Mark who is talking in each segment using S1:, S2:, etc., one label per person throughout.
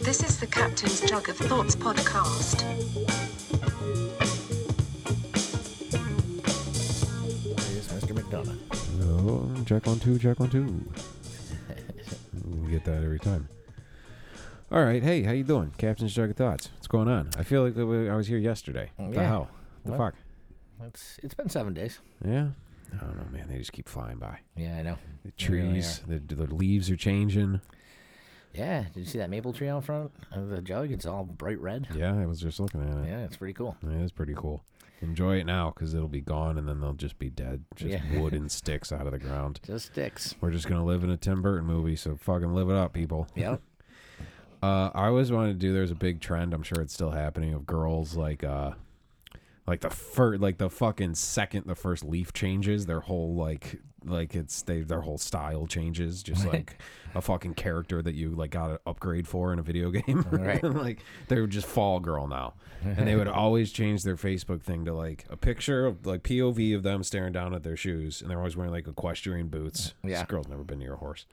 S1: This is the Captain's Jug of Thoughts podcast.
S2: is Mr. McDonough.
S3: Oh, check on two, check on two. we get that every time. All right, hey, how you doing, Captain's Jug of Thoughts? What's going on? I feel like that we- I was here yesterday.
S2: Oh,
S3: The
S2: yeah.
S3: hell? The
S2: What?
S3: fuck?
S2: It's it's been seven days.
S3: Yeah. I don't know, man. They just keep flying by.
S2: Yeah, I know.
S3: The
S2: They really
S3: trees, the, the leaves are changing.
S2: Yeah, did you see that maple tree out front of the jug? It's all bright red.
S3: Yeah, I was just looking at it.
S2: Yeah, it's pretty cool.
S3: Yeah, it's pretty cool. Enjoy it now, because it'll be gone, and then they'll just be dead. Just
S2: Yeah.
S3: wood and sticks out of the ground.
S2: Just sticks.
S3: We're just gonna live in a Tim Burton movie, so fucking live it up, people.
S2: Yep.
S3: Uh, I always wanted to do. There's a big trend. I'm sure it's still happening of girls like, uh, like the first, like the fucking second the first leaf changes, their whole like, like it's they their whole style changes. Just like a fucking character that you like got an upgrade for in a video game.
S2: Right.
S3: like they would just fall girl now, and they would always change their Facebook thing to like a picture of like POV of them staring down at their shoes, and they're always wearing like equestrian boots.
S2: Yeah.
S3: This girl's never been near a horse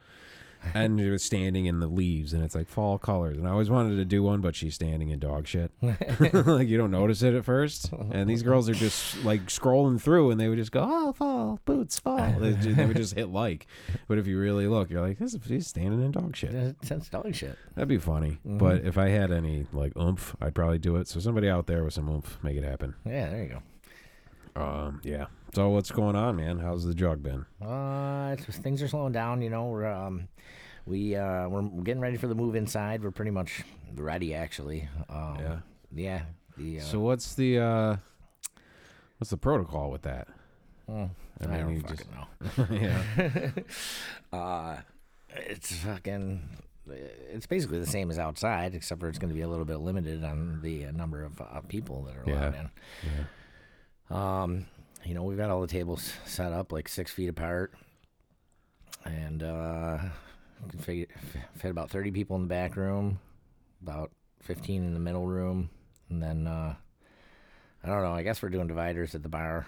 S3: and it was standing in the leaves and it's like fall colors and i always wanted to do one but she's standing in dog shit like you don't notice it at first and these girls are just like scrolling through and they would just go oh fall boots fall they, ju- they would just hit like but if you really look you're like this is she's standing in dog shit
S2: That's dog shit.
S3: that'd be funny but if i had any like oomph i'd probably do it so somebody out there with some oomph make it happen
S2: Yeah, there you go.
S3: um yeah so what's going on man how's the jug been
S2: Uh, it's, things are slowing down. You know, we're um, we uh, we're getting ready for the move inside. We're pretty much ready, actually. Um,
S3: Yeah.
S2: Yeah. The, uh,
S3: so what's the uh what's the protocol with that
S2: mm, I,
S3: I mean,
S2: don't
S3: you
S2: fucking
S3: just-
S2: know.
S3: yeah
S2: Uh, it's fucking. It's basically the same as outside, except for it's going to be a little bit limited on the uh, number of uh, people that are allowed
S3: Yeah.
S2: in. Um, you know, we've got all the tables set up like six feet apart, and uh, can fit, fit about thirty people in the back room, about fifteen in the middle room, and then uh, I don't know. I guess we're doing dividers at the bar.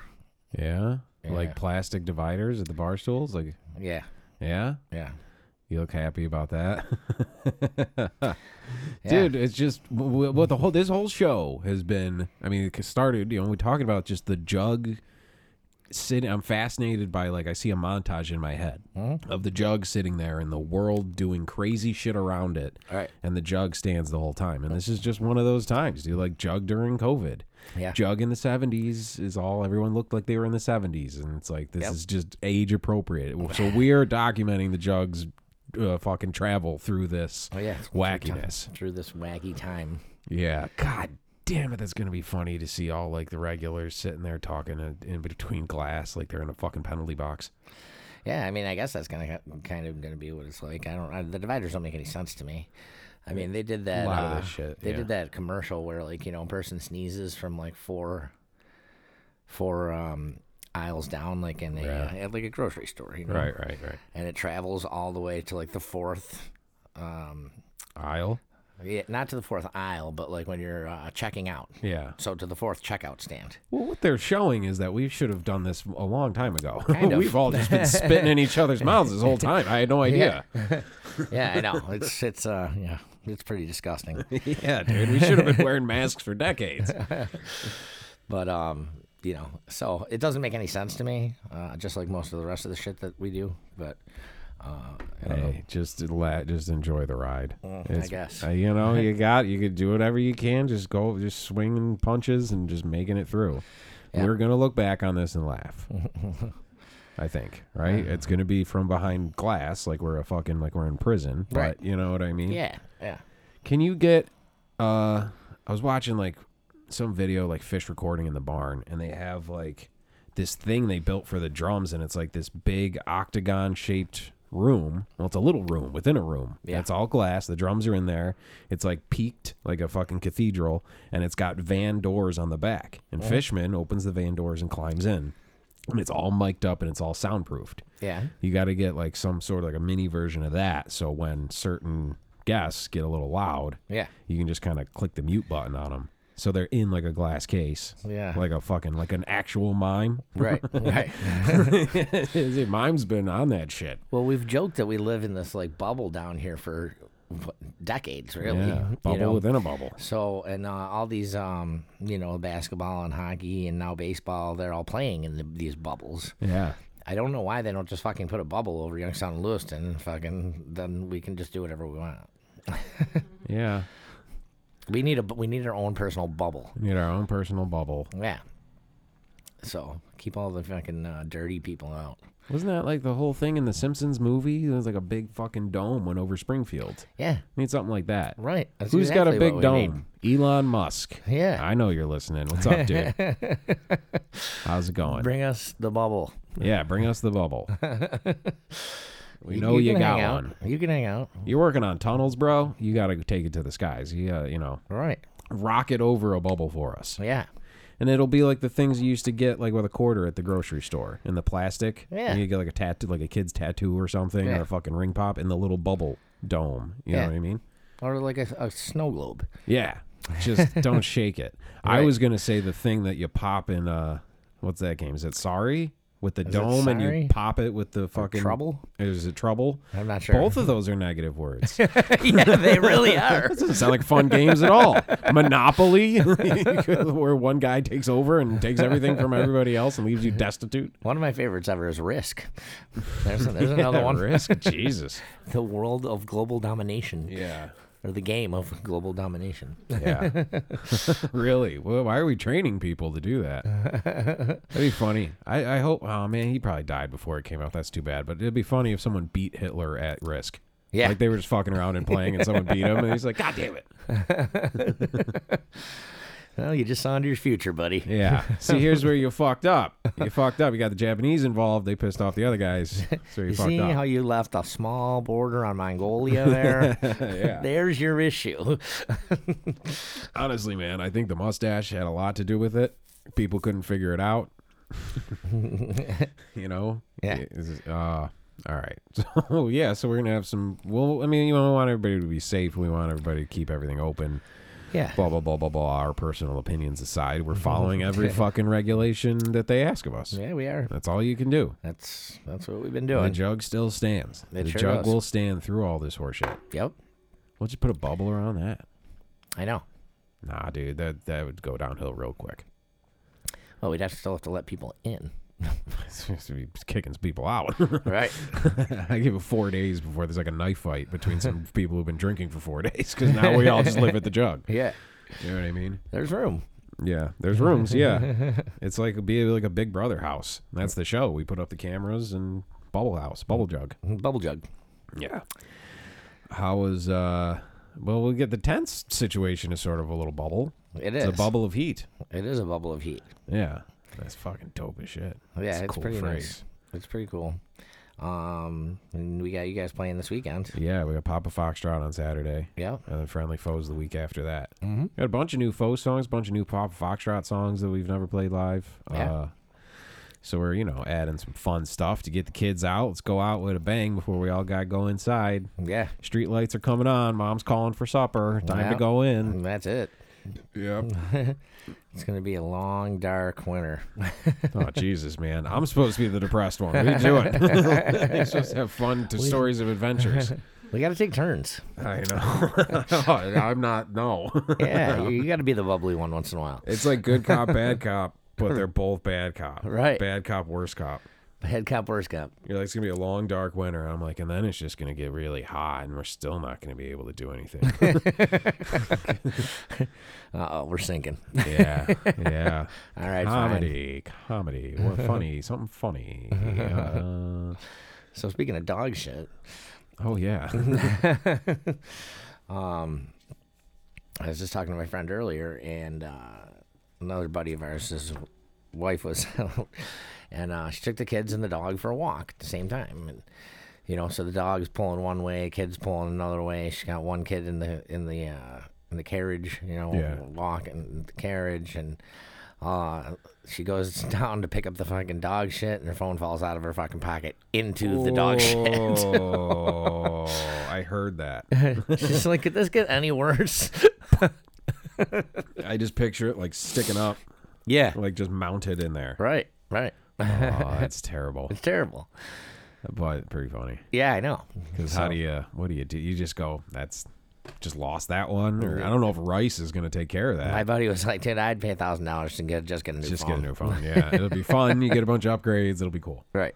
S3: Yeah?
S2: Yeah.
S3: Like plastic dividers at the bar stools? Like
S2: Yeah,
S3: yeah?
S2: yeah,
S3: You look happy about that.
S2: Yeah.
S3: Dude, it's just w- w- what the whole this whole show has been. I mean, it started, you know, we're talking about just the jug sitting I'm fascinated by like I see a montage in my head
S2: Mm-hmm.
S3: of the jug sitting there and the world doing crazy shit around it.
S2: All right.
S3: And the jug stands the whole time. And this is just one of those times, dude, like jug during COVID.
S2: yeah.
S3: Jug in the 70s is all everyone looked like they were in the 70s, and it's like this
S2: Yep.
S3: is just age appropriate. So we're documenting the Jug's uh, fucking travel through this
S2: Oh yeah, it's
S3: wackiness.
S2: through this wacky time.
S3: Yeah, god damn it, that's gonna be funny to see all like the regulars sitting there talking in- in between glass like they're in a fucking penalty box.
S2: Yeah, I mean, I guess that's gonna kind of gonna be what it's like. I don't. I, the dividers don't make any sense to me. I mean, they did that.
S3: lot of
S2: uh,
S3: this shit,
S2: They
S3: yeah.
S2: did that commercial where like you know, a person sneezes from like four, four um, aisles down, like in a
S3: Yeah.
S2: uh, at like a grocery store, you know?
S3: right, right.
S2: And it travels all the way to like the fourth. Um,
S3: Aisle.
S2: yeah, not to the fourth aisle, but like when you're uh, checking out.
S3: Yeah.
S2: So to the fourth checkout stand.
S3: Well, what they're showing is that we should have done this a long time ago.
S2: Kind of.
S3: We've all just been spitting in each other's mouths this whole time. I had no idea.
S2: Yeah, I know. It's it's uh yeah, it's pretty disgusting.
S3: Yeah, dude, we should have been wearing masks for decades.
S2: But um, you know, so it doesn't make any sense to me. Uh, just like most of the rest of the shit that we do. But uh, I don't know.
S3: Hey, just let, just enjoy the ride. It's-
S2: Mm, guess.
S3: uh, you know, you got, you could do whatever you can. Just go, just swinging punches and just making it through.
S2: Yeah.
S3: We're gonna look back on this and laugh. I think, right? It's gonna be from behind glass, like we're a fucking, like we're in prison. But
S2: Right.
S3: You know what I mean?
S2: yeah, yeah,
S3: Can you get uh I was watching like some video like fish recording in the barn and they have like this thing they built for the drums and it's like this big octagon shaped room. Well, it's a little room within a room.
S2: Yeah.
S3: It's all glass. The drums are in there. It's like peaked like a fucking cathedral and it's got van doors on the back. And Fishman opens the van doors and climbs in. And it's all mic'd up and it's all soundproofed
S2: yeah.
S3: you got to get like some sort of like a mini version of that so when certain guests get a little loud
S2: Yeah.
S3: you can just kind of click the mute button on them So they're in like a glass case.
S2: Yeah.
S3: Like a fucking like an actual mime.
S2: Right. Right.
S3: See, mime's been on that shit.
S2: well, we've joked that we live in this like bubble down here for what, decades, really.
S3: Yeah.
S2: you
S3: Bubble
S2: know?
S3: within a bubble.
S2: So and uh, all these, um, you know, basketball and hockey and now baseball, they're all playing in the, these bubbles.
S3: Yeah.
S2: I don't know why they don't just fucking put a bubble over Youngstown and Lewiston. and Fucking, then we can just do whatever we want.
S3: Yeah.
S2: We need a bu- we need our own personal bubble.
S3: We need our own personal bubble.
S2: Yeah. So keep all the fucking uh, dirty people out.
S3: Wasn't that like the whole thing in the Simpsons movie? It was like a big fucking dome went over Springfield.
S2: Yeah.
S3: Need something like that.
S2: Right. That's
S3: Who's got a
S2: exactly
S3: big
S2: what we need.
S3: dome? Elon Musk.
S2: Yeah.
S3: I know you're listening. What's up, dude? How's it going?
S2: Bring us the bubble.
S3: yeah, bring us the bubble. we know you,
S2: can hang
S3: got
S2: out.
S3: one.
S2: You can hang out.
S3: You're working on tunnels, bro. You got to take it to the skies. You gotta, you know,
S2: Right.
S3: rocket over a bubble for us.
S2: Yeah.
S3: And it'll be like the things you used to get like with a quarter at the grocery store in the plastic.
S2: Yeah.
S3: And you get like a tattoo, like a kid's tattoo or something,
S2: Yeah.
S3: or a fucking ring pop in the little bubble dome. You
S2: Yeah.
S3: know what I mean?
S2: Or like a, a snow globe.
S3: Yeah. Just don't shake it. I
S2: Right.
S3: was gonna say the thing that you pop in uh what's that game? Is it sorry? With the dome and
S2: Sorry?
S3: you pop it with the fucking
S2: Trouble?
S3: Is it trouble?
S2: I'm not sure.
S3: Both of those are negative words.
S2: yeah, they really are.
S3: Doesn't sound like fun games at all. Monopoly, where one guy takes over and takes everything from everybody else and leaves you destitute.
S2: One of my favorites ever is Risk. There's, there's another
S3: Yeah,
S2: one.
S3: Risk, Jesus.
S2: The world of global domination,
S3: Yeah.
S2: or the game of global domination.
S3: Yeah. really? Well, why are we training people to do that? That'd be funny. I, I hope. Oh man, he probably died before it came out. That's too bad. But it'd be funny if someone beat Hitler at Risk.
S2: Yeah.
S3: Like they were just fucking around and playing, and someone beat him, and he's like, "God damn it!"
S2: Well, you just saw into your future, buddy.
S3: Yeah. See, here's where you fucked up. You fucked up. You got the Japanese involved. They pissed off the other guys. So you,
S2: You
S3: fucked
S2: see
S3: up.
S2: how you left a small border on Mongolia there?
S3: yeah.
S2: There's your issue.
S3: Honestly, man, I think the mustache had a lot to do with it. People couldn't figure it out. you know?
S2: Yeah.
S3: It- it's, uh, all right. So, yeah, so we're going to have some. Well, I mean, you know, we want everybody to be safe. We want everybody to keep everything open.
S2: Yeah.
S3: Blah, blah, blah, blah, blah. Our personal opinions aside, we're following every fucking regulation that they ask of us.
S2: Yeah, we are.
S3: That's all you can do.
S2: That's that's what we've been
S3: The
S2: doing.
S3: jug still stands.
S2: It
S3: the
S2: sure
S3: jug
S2: does.
S3: will stand through all this horseshit.
S2: Yep.
S3: Let's just put a bubble around that.
S2: I know.
S3: Nah, dude, that that would go downhill real quick.
S2: Well, we'd have to still have to let people in.
S3: Seems to be kicking some people out.
S2: Right.
S3: I give it four days before there's like a knife fight between some people who've been drinking for four days because now we all just live at the jug.
S2: yeah.
S3: You know what I mean?
S2: There's room.
S3: Yeah, there's rooms. Yeah, it's like be like a Big Brother house. That's the show. We put up the cameras and bubble house, bubble jug.
S2: Bubble jug.
S3: Yeah. How was uh? Well, we get the tense situation is sort of a little bubble.
S2: It
S3: It's a
S2: is.
S3: bubble of heat.
S2: It is a bubble of heat.
S3: Yeah, that's fucking dope as shit.
S2: Yeah,
S3: That's a
S2: it's
S3: cool
S2: pretty
S3: phrase.
S2: nice. It's pretty cool. Um, and we got you guys playing this weekend.
S3: Yeah, we got Papa Foxtrot on Saturday.
S2: Yeah.
S3: and then Friendly Foes the week after that. Mm-hmm. Got a bunch of new Foes songs, bunch of new Pop Foxtrot songs that we've never played live.
S2: Yeah.
S3: Uh, so we're you know adding some fun stuff to get the kids out. Let's go out with a bang before we all got to go inside.
S2: Yeah.
S3: Street lights are coming on. Mom's calling for supper. Time to
S2: Yeah.
S3: go in.
S2: And that's it.
S3: Yep.
S2: It's gonna be a long, dark winter.
S3: oh Jesus, man! I'm supposed to be the depressed one. What are you doing? You're supposed to have fun to stories of adventures.
S2: We got to take turns.
S3: I know. I'm not. No.
S2: Yeah, you, you got to be the bubbly one once in a while.
S3: It's like good cop, bad cop, but they're both bad cop.
S2: Right.
S3: Bad cop, worst cop.
S2: Head cop, worst cop.
S3: You're like, it's gonna be a long, dark winter. I'm like, and then it's just gonna get really hot, and we're still not gonna be able to do anything.
S2: Uh oh, we're sinking.
S3: yeah, yeah.
S2: All right, fine.
S3: comedy, comedy, or funny, something funny. Uh,
S2: So speaking of dog shit,
S3: oh yeah,
S2: I was just talking to my friend earlier, and uh, another buddy of ours, his wife was out, and uh, she took the kids and the dog for a walk at the same time, and you know, so the dog's pulling one way, kid's pulling another way. She got one kid in the in the uh, in the carriage, you know,
S3: Yeah.
S2: walking the carriage, and uh, she goes down to pick up the fucking dog shit, and her phone falls out of her fucking pocket into the dog shit.
S3: Oh, I heard that.
S2: She's like, could this get any worse?
S3: I just picture it like sticking up,
S2: Yeah.
S3: like just mounted in there.
S2: Right. Right.
S3: Oh, that's terrible,
S2: It's terrible.
S3: but pretty funny.
S2: Yeah, I know.
S3: Because how do you? What do you do? You just go. That's just lost that one, or I don't know if Rice is going to take care of that.
S2: My buddy was like, "Dude, I'd pay a thousand dollars to get just get a new
S3: Uh, just
S2: phone."
S3: get a new phone. Yeah, it'll be fun. You get a bunch of upgrades. It'll be cool.
S2: Right.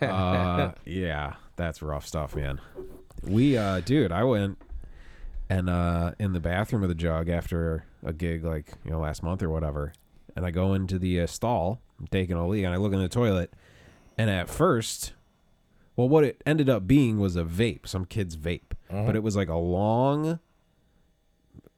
S3: Uh, yeah, that's rough stuff, man. We, uh, dude, I went and uh, in the bathroom of the jug after a gig, like you know, last month or whatever, and I go into the uh, stall, I'm taking a leak, and I look in the toilet, and at first, well, what it ended up being was a vape, some kid's vape,
S2: Uh-huh.
S3: but it was like a long.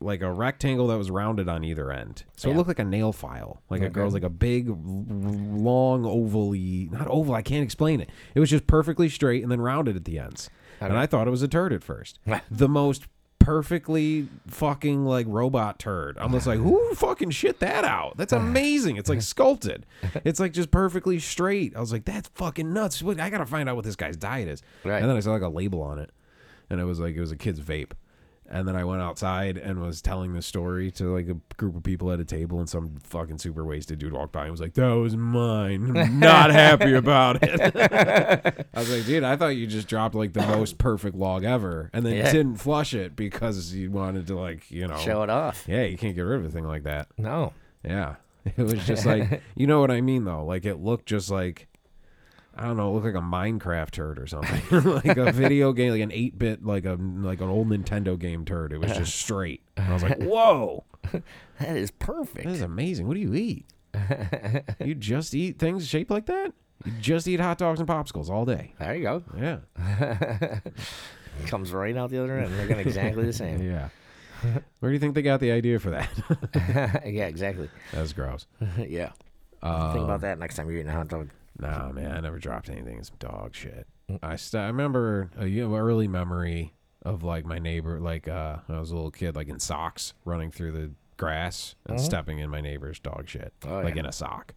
S3: Like a rectangle that was rounded on either end, so it
S2: Yeah.
S3: looked like a nail file. Like a girl's, like a big, l- long, ovally, not oval. I can't explain it. It was just perfectly straight and then rounded at the ends. And I thought it was a turd at first. the most perfectly fucking like robot turd. I'm just like, who fucking shit that out? That's amazing. It's like sculpted. It's like just perfectly straight. I was like, that's fucking nuts. What I gotta find out what this guy's diet is.
S2: Right.
S3: And then I saw like a label on it, and it was like it was a kid's vape. And then I went outside and was telling this story to like a group of people at a table, and some fucking super wasted dude walked by and was like, "That was mine. I'm Not happy about it." I was like, "Dude, I thought you just dropped like the most perfect log ever, and then
S2: Yeah.
S3: didn't flush it because you wanted to like you know
S2: Show it off.
S3: Yeah, you can't get rid of a thing like that.
S2: No.
S3: Yeah, it was just like you know what I mean though. Like it looked just like I don't know, it looked like a Minecraft turd or something, like a video game, like an eight bit, like a like an old Nintendo game turd. It was just straight. And I was like, whoa,
S2: That is
S3: this
S2: perfect.
S3: is amazing. What do you eat? You just eat things shaped like that. You just eat hot dogs and popsicles all day.
S2: There you go.
S3: Yeah,
S2: Comes right out the other end. Looking exactly the same.
S3: Mm. yeah. Where do you think they got the idea for that?
S2: yeah, exactly.
S3: That's gross.
S2: yeah. Think
S3: Uh,
S2: about that next time you're eating a hot dog.
S3: Nah, man, I never dropped anything. It's dog shit.
S2: Mm.
S3: I st- I remember a y- early memory of like my neighbor, like uh, when I was a little kid, like in socks, running through the grass and stepping in my neighbor's dog shit,
S2: Uh-huh. Oh,
S3: like
S2: yeah.
S3: in a sock.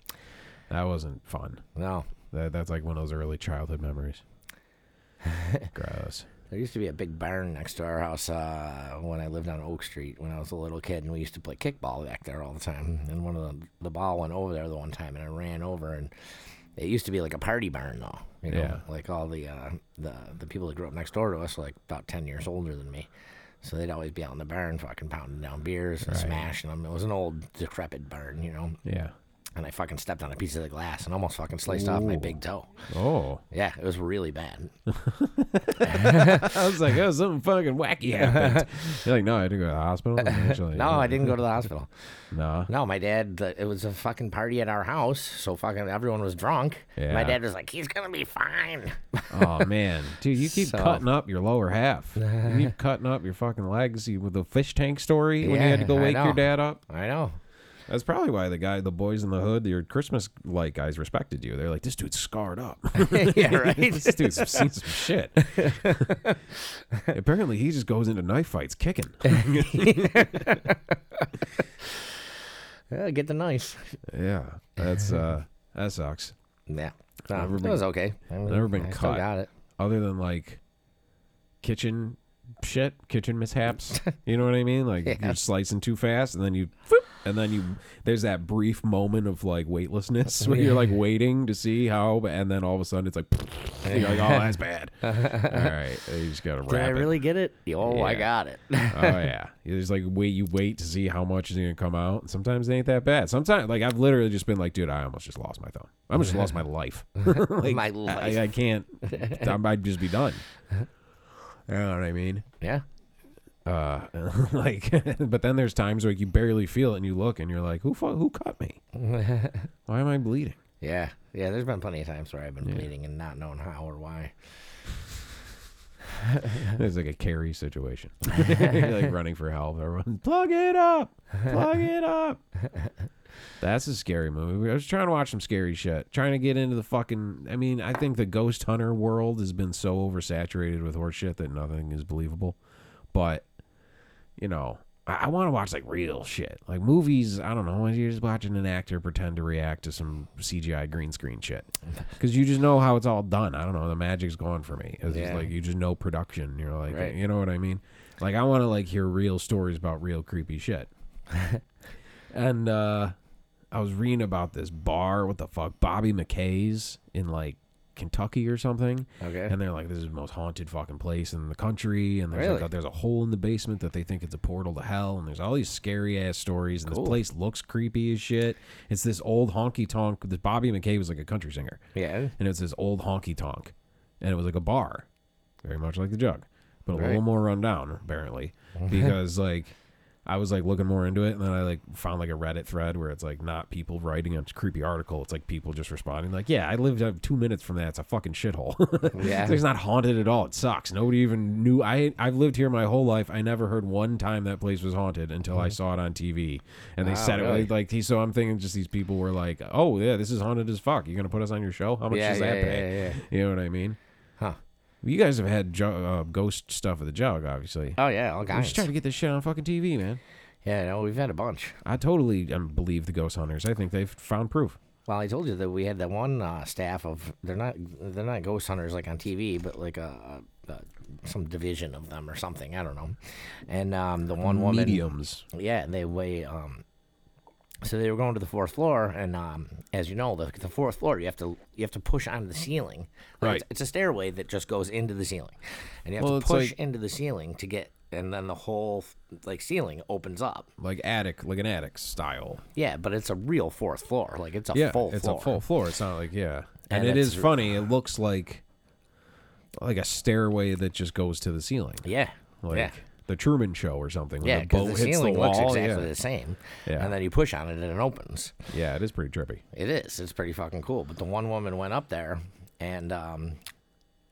S3: That wasn't fun.
S2: No.
S3: That that's like one of those early childhood memories. Gross.
S2: There used to be a big barn next to our house uh, when I lived on Oak Street when I was a little kid, and we used to play kickball back there all the time. And one of the the ball went over there the one time, and I ran over. And it used to be like a party barn, though. You know,
S3: Yeah.
S2: like all the uh, the the people that grew up next door to us, were like about ten years older than me. So they'd always be out in the barn, fucking pounding down beers and smashing them. It was an old decrepit barn, you know.
S3: Yeah.
S2: And I fucking stepped on a piece of the glass and almost fucking sliced off my
S3: Ooh.
S2: big toe.
S3: Oh,
S2: Yeah, it was really bad.
S3: I was like, oh, something fucking wacky happened. You're like, no, I had to go to the hospital. Eventually.
S2: No, I didn't go to the hospital.
S3: No.
S2: No, my dad. the- It was a fucking party at our house, so fucking everyone was drunk.
S3: Yeah.
S2: My dad was like, "He's gonna be fine."
S3: Oh man, dude, you keep
S2: So-
S3: cutting up your lower half. You keep cutting up your fucking legs. You with the fish tank story when you had to
S2: Yeah,
S3: go
S2: I
S3: wake your
S2: know.
S3: dad up.
S2: I know.
S3: That's probably why the guy, the boys in the hood, your Christmas light guys respected you. They're like, this dude's scarred up.
S2: yeah, right.
S3: this dude's seen some shit. Apparently, he just goes into knife fights kicking.
S2: Yeah, get the knife.
S3: yeah, that's uh, that sucks.
S2: Yeah. No,
S3: Never
S2: it
S3: been-
S2: was okay. I mean,
S3: never been
S2: I still
S3: cut.
S2: got it.
S3: Other than like kitchen shit, kitchen mishaps. You know what I mean? Like
S2: Yeah.
S3: you're slicing too fast, and then you, whoop, and then you. There's that brief moment of like weightlessness where you're like waiting to see how, and then all of a sudden it's like, you're like, oh, that's bad. all right, you just gotta wrap
S2: Did I
S3: it.
S2: really get it? Oh, I
S3: Yeah.
S2: got it.
S3: oh yeah, there's like wait, you wait to see how much is gonna come out. and Sometimes it ain't that bad. Sometimes like I've literally just been like, dude, I almost just lost my thumb. I almost just lost my life. like,
S2: My
S3: I-
S2: life.
S3: I, can't. I might just be done. You know what I mean?
S2: yeah.
S3: uh like but then there's times where you barely feel it and you look and you're like who fu- who cut me why am i bleeding
S2: Yeah. Yeah. There's been plenty of times where I've been bleeding and not knowing how or why.
S3: it's like a carry situation you're like running for help everyone plug it up plug it up that's a scary movie i was trying to watch some scary shit trying to get into the fucking i mean i think the ghost hunter world has been so oversaturated with horseshit that nothing is believable but you know, I, I want to watch like real shit, like movies. I don't know. You're just watching an actor pretend to react to some CGI green screen shit because you just know how it's all done. I don't know. The magic's gone for me. It's just
S2: Yeah.
S3: like you just know production. You're like,
S2: Right.
S3: you know what I mean? Like I want to like hear real stories about real creepy shit. and uh, I was reading about this bar, what the fuck, Bobby McKay's in like Kentucky or something.
S2: Okay.
S3: And they're like, this is the most haunted fucking place in the country. And there's,
S2: Really?
S3: like a, there's a hole in the basement that they think it's a portal to hell. And there's all these scary ass stories. And
S2: Cool.
S3: this place looks creepy as shit. It's this old honky tonk. This Bobby McKay was like a country singer
S2: yeah.
S3: and it's this old honky tonk, and it was like a bar, very much like the jug, but a
S2: Right.
S3: little more run down apparently, because like I was like looking more into it, and then I like found like a Reddit thread where it's like not people writing a creepy article, it's like people just responding like, yeah, I lived uh, two minutes from that, it's a fucking shithole.
S2: Yeah.
S3: it's not haunted at all. It sucks. Nobody even knew. I I've lived here my whole life. I never heard one time that place was haunted until I saw it on TV, and they
S2: Mm-hmm. Wow,
S3: said it
S2: really?
S3: like like he so I'm thinking just these people were like, Oh yeah, this is haunted as fuck. You're gonna put us on your show? How much
S2: Yeah,
S3: does that
S2: yeah,
S3: pay?
S2: yeah, yeah.
S3: eh, You know what I mean?
S2: Huh.
S3: You guys have had ju- uh, ghost stuff at the jug, obviously.
S2: Oh yeah, all
S3: I'm just
S2: kinds.
S3: trying to get this shit on fucking TV, man.
S2: Yeah, no, we've had a bunch.
S3: I totally um, believe the ghost hunters. I think they've found proof.
S2: Well, I told you that we had that one uh, staff of they're not they're not ghost hunters like on TV, but like a, a, a some division of them or something. I don't know. And um, the one woman,
S3: Mediums.
S2: yeah, they weigh. Um, so they were going to the fourth floor, and um, as you know, the, the fourth floor you have to you have to push onto the ceiling. Like,
S3: Right.
S2: it's, it's a stairway that just goes into the ceiling, and you have
S3: Well,
S2: to
S3: it's
S2: push
S3: like-
S2: into the ceiling to get, and then the whole like ceiling opens up.
S3: Like attic, like an attic style.
S2: Yeah, but it's a real fourth floor. Like it's a
S3: yeah,
S2: full
S3: it's
S2: floor.
S3: a full floor. It's not like yeah,
S2: And
S3: and, it
S2: it's
S3: is
S2: r- uh,
S3: funny. It looks like like a stairway that just goes to the ceiling,
S2: Yeah.
S3: like
S2: yeah.
S3: the Truman Show or something. when
S2: Yeah,
S3: the
S2: because
S3: boat
S2: the
S3: hits
S2: ceiling
S3: the
S2: looks
S3: wall,
S2: exactly
S3: yeah.
S2: the same,
S3: Yeah.
S2: and then you push on it and it opens.
S3: Yeah, it is pretty trippy.
S2: It is. It's pretty fucking cool. But the one woman went up there, and um,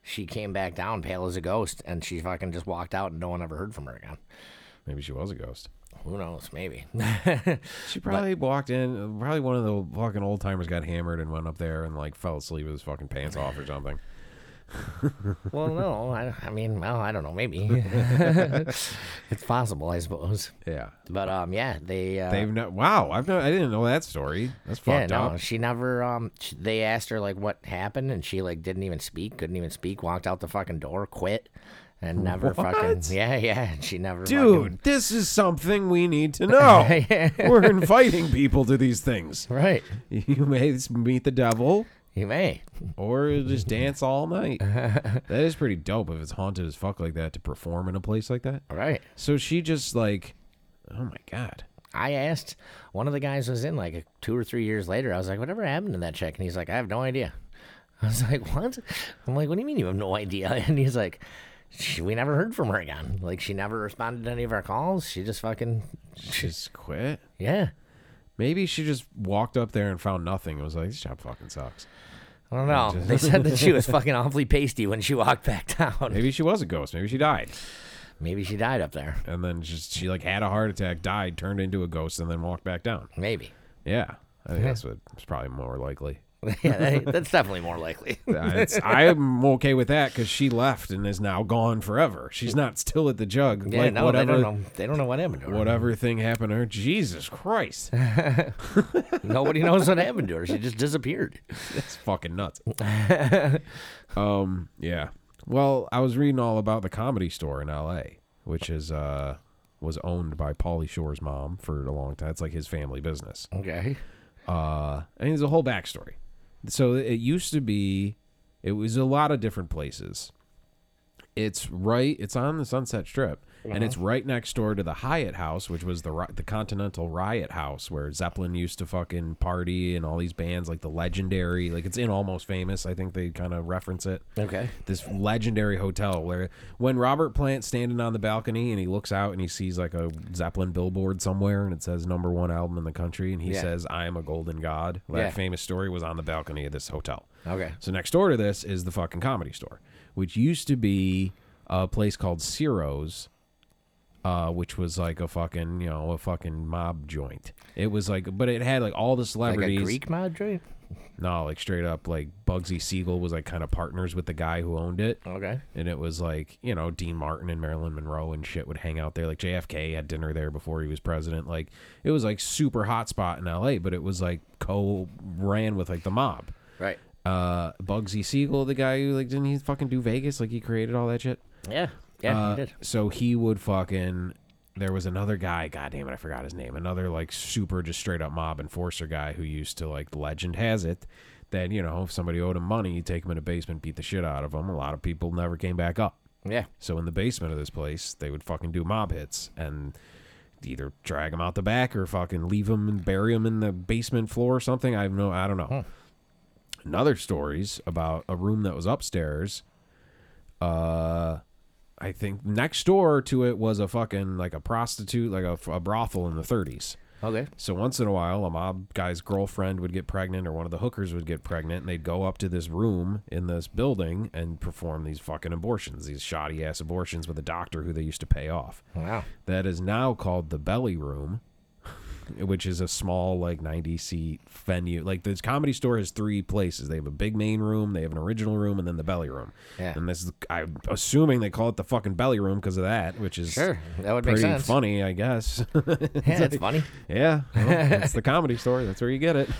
S2: she came back down pale as a ghost, and she fucking just walked out, and no one ever heard from her again.
S3: Maybe she was a ghost.
S2: Who knows? Maybe.
S3: She probably walked in. Probably one of the fucking old timers got hammered and went up there and like fell asleep with his fucking pants off or something.
S2: well, no. I, I mean, well, I don't know. Maybe it's possible, I suppose.
S3: Yeah,
S2: But um, yeah, they. Uh,
S3: they've not. Wow, I've not. I didn't know that story. That's
S2: yeah,
S3: fucked
S2: no,
S3: up.
S2: she never. Um, sh they asked her like what happened, and she like didn't even speak, couldn't even speak, walked out the fucking door, quit, and never fucking.
S3: What?
S2: Yeah, yeah, and she never.
S3: Dude, Oh. this is something we need to know.
S2: fucking,
S3: We're inviting people to these things.
S2: right?
S3: You may meet the devil
S2: You may.
S3: or just dance all night. That is pretty dope if it's haunted as fuck like that to perform in a place like that.
S2: All right.
S3: So she just like, oh my god.
S2: I asked one of the guys was in like two or three years later. I was like, "Whatever happened to that chick?" And he's like, "I have no idea." I was like, "What?" I'm like, "What do you mean you have no idea?" And he's like, she, "We never heard from her again. Like she never responded to any of our calls. She just fucking
S3: She's quit.
S2: yeah."
S3: Maybe she just walked up there and found nothing. It was like, this job fucking sucks.
S2: I don't know. They said that she was fucking awfully pasty when she walked back down.
S3: Maybe she was a ghost. Maybe she died.
S2: Maybe she died up there.
S3: And then just she like had a heart attack, died, turned into a ghost, and then walked back down.
S2: Maybe.
S3: Yeah. I think that's what's probably more likely.
S2: yeah, that- that's definitely more likely.
S3: That's- I'm okay with that because she left and is now gone forever. She's not still at the jug.
S2: Yeah,
S3: like
S2: no,
S3: whatever,
S2: they don't know. They don't know what happened to her.
S3: whatever thing happened to her. Jesus Christ,
S2: Nobody knows what happened to her. She just disappeared.
S3: that's fucking nuts. um, yeah. Well, I was reading all about the comedy store in L.A., which is uh was owned by Pauly Shore's mom for a long time. It's like his family business.
S2: Okay.
S3: Uh, and there's a whole backstory. So it used to be, it was a lot of different places. It's right. It's on the Sunset Strip, and it's right next door to the Hyatt House, which was the Ri- the Continental Riot House, where Zeppelin used to fucking party, and all these bands like the Legendary, like it's in Almost Famous. I think they kind of reference it
S2: Okay.
S3: this legendary hotel where when Robert Plant's standing on the balcony and he looks out and he sees like a Zeppelin billboard somewhere and it says number one album in the country and he
S2: Yeah.
S3: says, I am a golden god. That
S2: Yeah.
S3: famous story was on the balcony of this hotel.
S2: Okay.
S3: So next door to this is the fucking comedy store, which used to be a place called Ciro's. Uh, which was like a fucking, you know, a fucking mob joint. It was like, but it had like all the
S2: Like
S3: celebrities.
S2: a Greek Madre?
S3: No, like straight up, like Bugsy Siegel was like kind of partners with the guy who owned it.
S2: Okay.
S3: And it was like, you know, Dean Martin and Marilyn Monroe and shit would hang out there. Like JFK had dinner there before he was president. Like it was like super hot spot in LA, but it was like co ran with like the mob.
S2: Right.
S3: Uh Bugsy Siegel, the guy who like didn't he fucking do Vegas? Like he created all that shit.
S2: Yeah. Yeah,
S3: Uh,
S2: he did.
S3: So he would fucking there was another guy. God damn it, I forgot his name. Another like super just straight up mob enforcer guy who used to like. The legend has it that you know if somebody owed him money, he'd take him in a basement, beat the shit out of him. A lot of people never came back up.
S2: Yeah.
S3: So in the basement of this place, they would fucking do mob hits and either drag them out the back or fucking leave them and bury them in the basement floor or something. I have no, I don't know. Another stories about a room that was upstairs. Uh, I think next door to it was a fucking like a prostitute, like a, a brothel in the 30s.
S2: Okay.
S3: So once in a while, a mob guy's girlfriend would get pregnant, or one of the hookers would get pregnant, and they'd go up to this room in this building and perform these fucking abortions, these shoddy ass abortions with a doctor who they used to pay off.
S2: Wow.
S3: That is now called the Belly Room, which is a small like ninety seat venue. Like this comedy store has three places. They have a big main room, they have an original room, and then the Belly Room.
S2: Yeah.
S3: And this is I'm assuming they call it the fucking Belly Room because of that, which is
S2: Sure. That would make
S3: pretty
S2: sense.
S3: funny, I guess.
S2: Yeah, it's funny.
S3: Yeah, well, it's the comedy store. That's where you get it.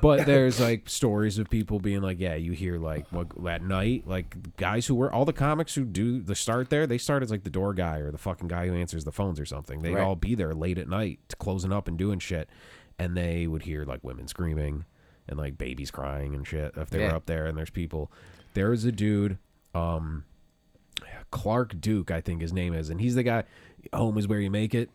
S3: but there's like stories of people being like, yeah, you hear like what, at night, like guys who were all the comics who do the start there, they start as like the door guy or the fucking guy who answers the phones or something. They'd
S2: Right.
S3: all be there late at night, closing up and doing shit, and they would hear like women screaming and like babies crying and shit if they
S2: Yeah.
S3: were up there. And there's people. There was a dude. um Clark Duke, I think his name is, and he's the guy. Home is where you make it.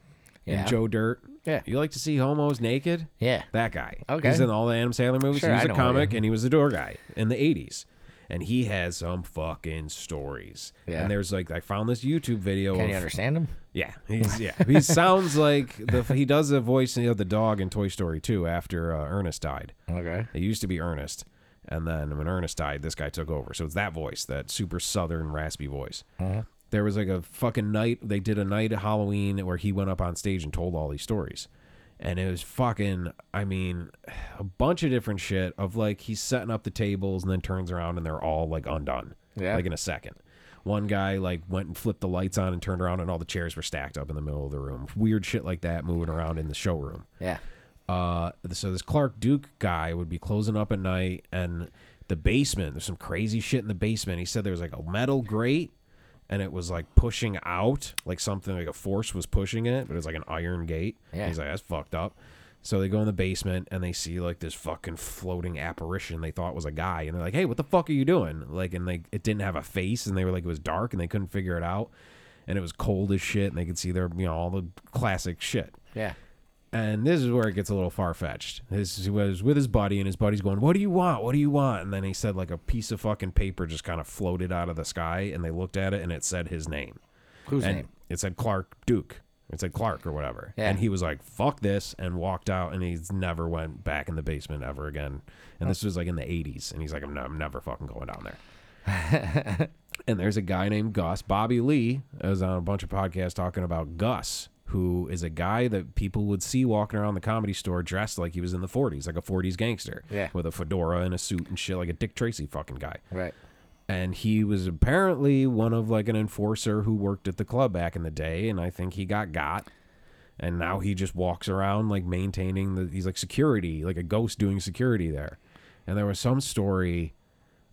S2: Yeah.
S3: And Joe Dirt.
S2: Yeah.
S3: You like to see homos naked?
S2: Yeah.
S3: That guy.
S2: Okay.
S3: He's in all the Adam Sandler movies.
S2: Sure,
S3: he was
S2: I
S3: a
S2: know
S3: comic
S2: him.
S3: and he was the door guy in the 80s. And he has some fucking stories.
S2: Yeah.
S3: And there's like, I found this YouTube video
S2: Can
S3: of.
S2: you understand him?
S3: Yeah. He's, yeah. he sounds like the, he does the voice of the dog in Toy Story 2 after uh, Ernest died.
S2: Okay.
S3: It used to be Ernest. And then when Ernest died, this guy took over. So it's that voice, that super southern raspy voice.
S2: Uh-huh.
S3: There was like a fucking night. They did a night at Halloween where he went up on stage and told all these stories. And it was fucking, I mean, a bunch of different shit of like he's setting up the tables and then turns around and they're all like undone.
S2: Yeah.
S3: Like in a second. One guy like went and flipped the lights on and turned around and all the chairs were stacked up in the middle of the room. Weird shit like that moving around in the showroom
S2: Yeah.
S3: uh, so this Clark Duke guy would be closing up at night, and the basement. There's some crazy shit in the basement. He said there was like a metal grate, and it was like pushing out, like something like a force was pushing it, but it was like an iron gate.
S2: Yeah.
S3: He's like, that's fucked up. So they go in the basement and they see like this fucking floating apparition they thought was a guy, and they're like, "Hey, what the fuck are you doing?" Like, and like it didn't have a face, and they were like, it was dark, and they couldn't figure it out, and it was cold as shit, and they could see their, you know, all the classic shit.
S2: Yeah.
S3: And this is where it gets a little far fetched. This is- he was with his buddy, and his buddy's going, "What do you want? What do you want?" And then he said, like a piece of fucking paper just kind of floated out of the sky, and they looked at it, and it said his name.
S2: Whose
S3: and
S2: name?
S3: It said Clark Duke. It said Clark or whatever.
S2: Yeah.
S3: And he was like, "Fuck this," and walked out, and he's never went back in the basement ever again. And this was like in the '80s, and he's like, "I'm, no, I'm never fucking going down there." and there's a guy named Gus. Bobby Lee is on a bunch of podcasts talking about Gus, who is a guy that people would see walking around the comedy store dressed like he was in the 40s, like a 40s gangster.
S2: Yeah.
S3: With a fedora and a suit and shit, like a Dick Tracy fucking guy.
S2: Right.
S3: And he was apparently one of like an enforcer who worked at the club back in the day. And I think he got got. And now he just walks around like maintaining the, he's like security, like a ghost doing security there. And there was some story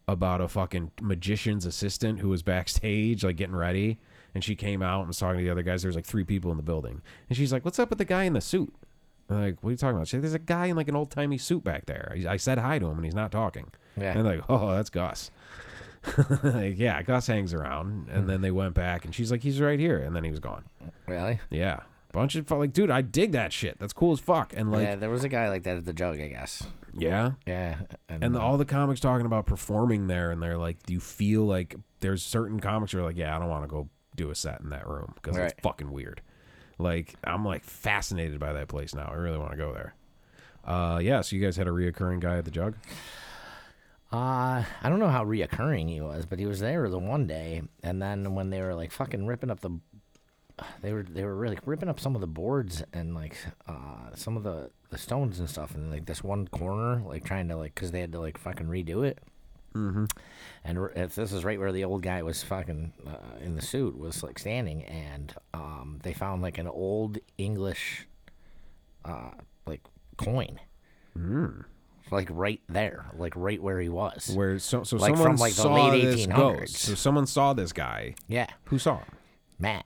S3: about a fucking magician's assistant who was backstage, like getting ready. And she came out and was talking to the other guys. There was like three people in the building. And she's like, What's up with the guy in the suit? I'm like, what are you talking about? She's like, There's a guy in like an old timey suit back there. I- I said hi to him and he's not talking.
S2: Yeah.
S3: And they're like, Oh, that's Gus. like, yeah, Gus hangs around. And then they went back and she's like, He's right here. And then he was gone.
S2: Really?
S3: Yeah. Bunch of fu- like, dude, I dig that shit. That's cool as fuck. And like,
S2: yeah, there was a guy like that at the jug, I guess.
S3: yeah.
S2: Yeah.
S3: And the, all the comics talking about performing there, and they're like, do you feel like there's certain comics who are like, yeah, I don't want to go do a set in that room because
S2: Right.
S3: it's fucking weird. Like, I'm like fascinated by that place now. I really want to go there. Uh, yeah. So you guys had a reoccurring guy at the jug?
S2: Uh, I don't know how reoccurring he was, but he was there the one day, and then when they were like fucking ripping up the, they were they were really ripping up some of the boards and like uh some of the the stones and stuff, and like this one corner, like trying to like because they had to like fucking redo it.
S3: Mm-hmm.
S2: And r- if this is right where the old guy was fucking uh, in the suit was like standing, and um, they found like an old English, uh, like coin, like right there, like right where he was.
S3: Mm. Where so, so
S2: Like,
S3: someone
S2: from, like, the
S3: saw
S2: late
S3: this
S2: 1800s.
S3: ghost. So someone saw this guy.
S2: Yeah,
S3: Who saw him?
S2: Matt.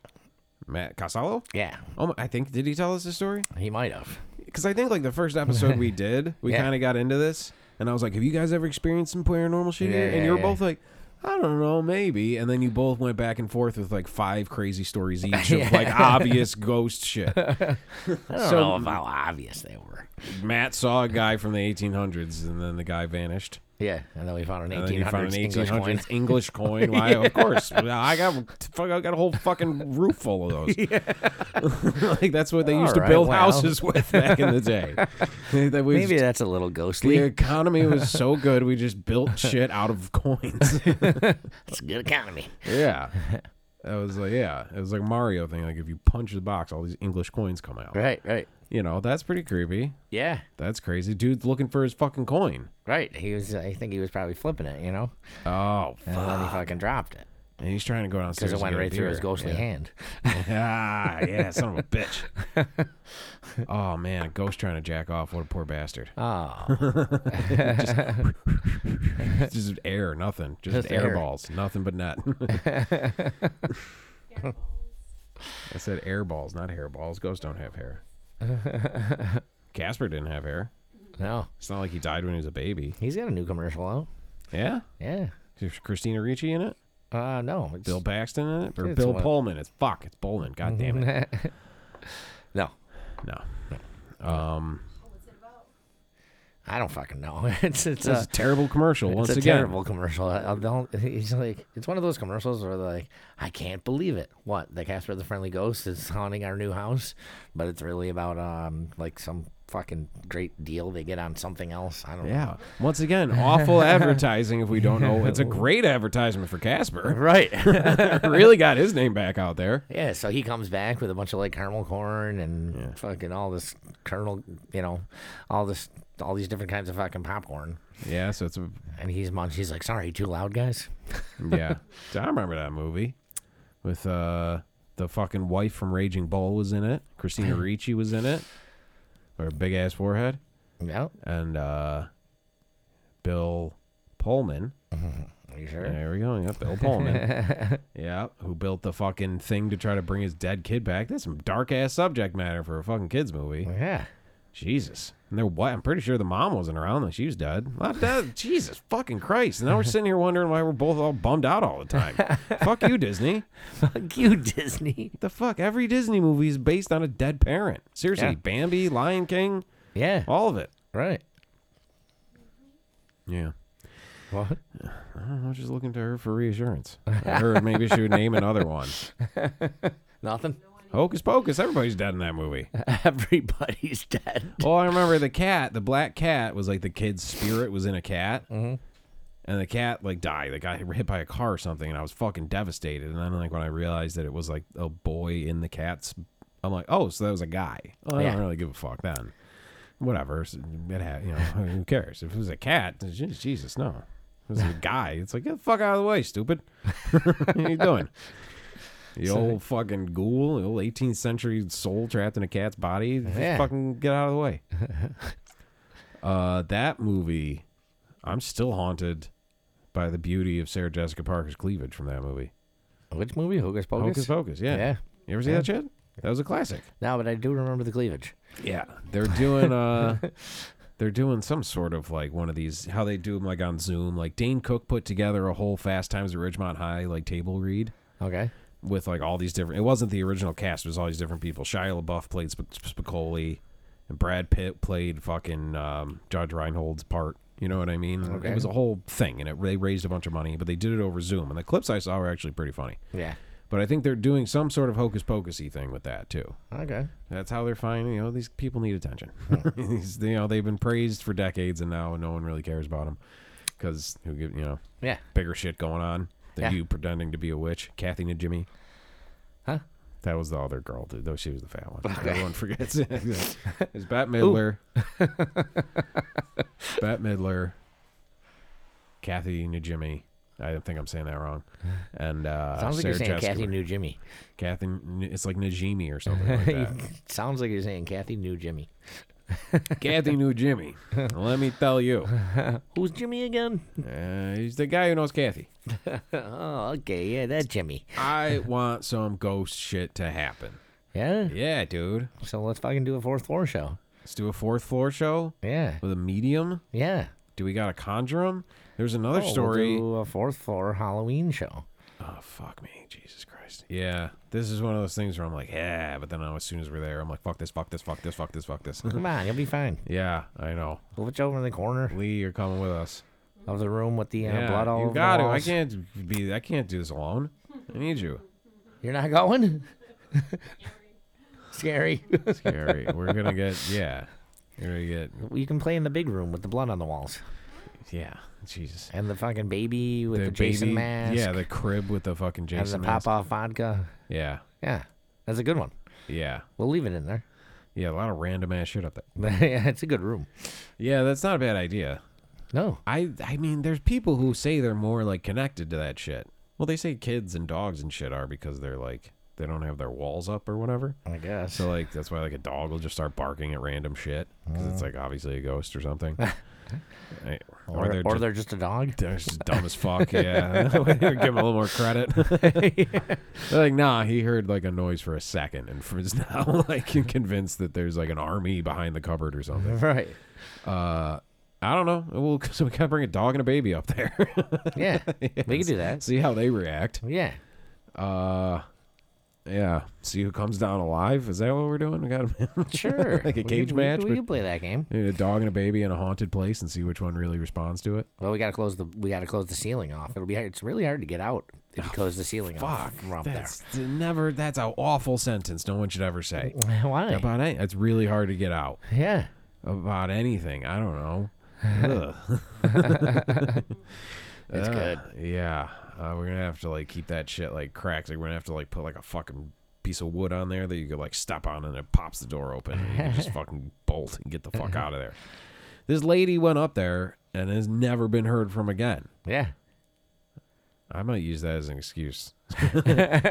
S3: Matt Casalo?
S2: Yeah,
S3: Oh, my, I think did he tell us the story?
S2: he might have.
S3: Because I think like the first episode we did, we
S2: Yeah.
S3: kind of got into this, and I was like, "Have you guys ever experienced some paranormal shit?" here?
S2: Yeah,
S3: and
S2: yeah,
S3: you were
S2: yeah.
S3: both like. I don't know, maybe. And then you both went back and forth with like five crazy stories each of like obvious ghost shit.
S2: I don't
S3: So-
S2: know if how obvious they were.
S3: Matt saw a guy from the 1800s, and then the guy vanished.
S2: Yeah, and then we found an
S3: And then he
S2: 1800s
S3: found an
S2: English coin.
S3: 1800s English coin. Why? Of course. I got fuck, I got a whole fucking roof full of those. like that's what they used to
S2: Alright,
S3: build
S2: wow.
S3: houses with back in the day. That we-
S2: Maybe that's a little ghostly.
S3: the economy was so good, we just built shit out of coins.
S2: It's a good economy.
S3: yeah. That was like yeah, it was like Mario thing. Like if you punch the box, all these English coins come out.
S2: Right, right.
S3: You know that's pretty creepy.
S2: Yeah,
S3: That's crazy. Dude's looking for his fucking coin.
S2: right. He was. I think he was probably flipping it, you know,
S3: Oh,
S2: and then he fucking dropped it
S3: and he's trying to go
S2: because
S3: downstairs
S2: it
S3: and
S2: went
S3: get a
S2: right through his
S3: beer.
S2: ghostly
S3: Yeah.
S2: hand.
S3: ah, yeah, son of a bitch. oh man, a ghost trying to jack off. What a poor bastard.
S2: Oh,
S3: Just air, nothing. Just,
S2: Just
S3: air,
S2: air.
S3: balls, nothing but net. I said air balls, not hair balls. Ghosts don't have hair. Casper didn't have hair.
S2: no.
S3: It's not like he died when he was a baby.
S2: He's got a new commercial out.
S3: Yeah,
S2: Yeah.
S3: Is Christina Ricci in it.
S2: Uh, no. It's,
S3: Bill Paxton in it, or
S2: It's
S3: Bill
S2: one-
S3: Pullman. It's fuck. It's Bowman. God damn it.
S2: no.
S3: No. Um,
S2: I don't fucking know. It's it's uh,
S3: this is
S2: a,
S3: a terrible commercial.
S2: it's
S3: once
S2: a
S3: again,
S2: terrible commercial. I, I don't. He's like it's one of those commercials where like I can't believe it. What the Casper the Friendly Ghost is haunting our new house, but it's really about um like some fucking great deal they get on something else. I don't know.
S3: Yeah. Once again, awful advertising if we don't know. It's a great advertisement for Casper.
S2: Right.
S3: really got his name back out there.
S2: yeah. So he comes back with a bunch of like caramel corn and fucking all this kernel, you know, all this all these different kinds of fucking popcorn.
S3: Yeah, so it's a
S2: And he's munch. He's like, sorry, too loud, guys.
S3: yeah. So I remember that movie with uh the fucking wife from Raging Bull was in it. Christina Ricci was in it. Her big ass forehead.
S2: No,
S3: And uh Bill Pullman.
S2: are you sure?
S3: There we go. Yeah, Bill Pullman. yeah, who built the fucking thing to try to bring his dead kid back. That's some dark ass subject matter for a fucking kids movie.
S2: Yeah.
S3: Jesus. And their wife, I'm pretty sure the mom wasn't around when she was dead. Not dead. Jesus fucking Christ. And now we're sitting here wondering why we're both all bummed out all the time. fuck you, Disney.
S2: Fuck you, Disney.
S3: The fuck? Every Disney movie is based on a dead parent. Seriously.
S2: Yeah.
S3: Bambi, Lion King,
S2: Yeah.
S3: all of it.
S2: Right.
S3: Yeah.
S2: What?
S3: I don't know. Just looking to her for reassurance. I heard maybe she would name another one.
S2: Nothing.
S3: Hocus Pocus. Everybody's dead in that movie.
S2: Everybody's dead.
S3: Well, I remember the cat, the black cat, was like the kid's spirit was in a cat, and the cat like died. Like got hit by a car or something, and I was fucking devastated. And then like when I realized that it was like a boy in the cat's, I'm like, oh, so that was a guy. Well, I
S2: Yeah.
S3: don't really give a fuck then. Whatever, So, it had, you know, who cares? If it was a cat, je- Jesus, no. If it was a guy. It's like get the fuck out of the way, stupid. what are you doing? The old fucking ghoul, the old 18th century soul trapped in a cat's body. Just
S2: Yeah.
S3: fucking get out of the way. uh, that movie, I'm still haunted by the beauty of Sarah Jessica Parker's cleavage from that movie.
S2: Which movie? Hocus Pocus.
S3: Hocus Pocus, yeah.
S2: Yeah.
S3: You ever see that shit? That was a classic.
S2: No, but I do remember the cleavage.
S3: Yeah, they're doing uh they're doing some sort of like one of these how they do them like on Zoom. Like Dane Cook put together a whole Fast Times at Ridgemont High like table read
S2: Okay.
S3: with like all these different. It wasn't the original cast. It was all these different people. Shia LaBeouf played Sp- Spicoli, and Brad Pitt played fucking um, Judge Reinhold's part. You know what I mean? It was a whole thing, and it they raised a bunch of money, but they did it over Zoom. And the clips I saw were actually pretty funny.
S2: Yeah.
S3: But I think they're doing some sort of hocus pocusy thing with that too.
S2: Okay.
S3: That's how they're finding, you know, these people need attention. These- you know, they've been praised for decades, and now no one really cares about them because who give you know
S2: Yeah.
S3: bigger shit going on than
S2: Yeah.
S3: you pretending to be a witch, Kathy and Jimmy.
S2: Huh?
S3: That was the other girl, dude, though she was the fat one. Everyone forgets. it's Bat Midler. Bat Midler. Kathy and Jimmy. I think I'm saying that wrong. And uh,
S2: Sounds like
S3: Sarah
S2: you're saying
S3: Jessica
S2: Kathy knew Jimmy.
S3: Kathy, it's like Najimi or something like that.
S2: Sounds like you're saying Kathy knew Jimmy.
S3: Kathy knew Jimmy. Let me tell you.
S2: Who's Jimmy again?
S3: Uh, he's the guy who knows Kathy.
S2: oh, okay, yeah, that Jimmy.
S3: I want some ghost shit to happen.
S2: Yeah.
S3: Yeah, dude.
S2: So let's fucking do a fourth floor show.
S3: Let's do a fourth floor show
S2: Yeah.
S3: with a medium.
S2: Yeah.
S3: Do we got to conjure him? There's another
S2: Oh, we'll
S3: story.
S2: do a fourth floor Halloween show.
S3: Oh, fuck me. Jesus Christ. Yeah. This is one of those things where I'm like, yeah, but then I- as soon as we're there, I'm like, fuck this, fuck this, fuck this, fuck this, fuck this.
S2: Come on, you'll be fine.
S3: yeah, I know.
S2: Glitch over in the corner
S3: Lee, you're coming with us.
S2: of the room with the uh,
S3: yeah,
S2: blood all
S3: you
S2: over
S3: got
S2: the
S3: to. I
S2: walls.
S3: can't be. I can't do this alone. I need you.
S2: You're not going? Scary.
S3: Scary. we're gonna get. Yeah. We're gonna get.
S2: you can play in the big room with the blood on the walls
S3: Yeah. Jesus.
S2: and the fucking baby with the, Jason
S3: baby-
S2: mask.
S3: Yeah, the crib with the fucking
S2: and
S3: Jason
S2: the
S3: mask.
S2: pop off vodka.
S3: Yeah.
S2: Yeah, that's a good one.
S3: Yeah.
S2: We'll leave it in there.
S3: Yeah. A lot of random ass shit up there.
S2: yeah, it's a good room.
S3: Yeah, that's not a bad idea.
S2: No,
S3: I I mean, there's people who say they're more like connected to that shit. Well, they say kids and dogs and shit are because they're like they don't have their walls up or whatever.
S2: I guess.
S3: So like that's why like a dog will just start barking at random shit because
S2: Mm.
S3: it's like obviously a ghost or something. Right.
S2: or, or they're,
S3: just,
S2: just a dog.
S3: they're just dumb as fuck. Yeah, give them a little more credit. They're like, nah, he heard like a noise for a second and for- is now like convinced that there's like an army behind the cupboard or something.
S2: Right.
S3: Uh, I don't know. Well, so we gotta bring a dog and a baby up there.
S2: Yeah, we could do that.
S3: see how they react.
S2: Yeah.
S3: Uh, yeah. See who comes down alive. Is that what we're doing? We got a
S2: Sure.
S3: Like a
S2: We could-
S3: cage
S2: we could-
S3: match,
S2: We,
S3: but-
S2: could play that game.
S3: a dog and a baby in a haunted place and see which one really responds to it.
S2: Well, we gotta close the we gotta close the ceiling off. It'll be hard- it's really hard to get out if you close the ceiling off from up there.
S3: that's never. That's an awful sentence. No one should ever say
S2: Why?
S3: about it. It's really hard to get out
S2: yeah.
S3: about anything. I don't know. Ugh.
S2: It's
S3: Uh,
S2: good.
S3: Yeah, uh, we're gonna have to like keep that shit like cracked. Like we're gonna have to like put like a fucking piece of wood on there that you could like step on and it pops the door open. And you can just fucking bolt and get the fuck out of there. This lady went up there and has never been heard from again.
S2: Yeah.
S3: I might use that as an excuse. I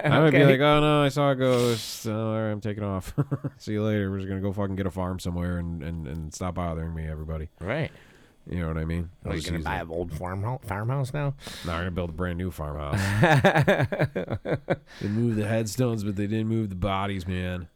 S3: might be like, oh no, I saw a ghost. Oh, all right, I'm taking off. See you later. We're just gonna go fucking get a farm somewhere and and, and stop bothering me, everybody.
S2: Right.
S3: You know what I mean?
S2: Are
S3: I'll
S2: you
S3: just
S2: gonna
S3: use
S2: buy
S3: that.
S2: an old farm farmhouse now?
S3: No, we're gonna build a brand new farmhouse. they moved the headstones, but they didn't move the bodies, man.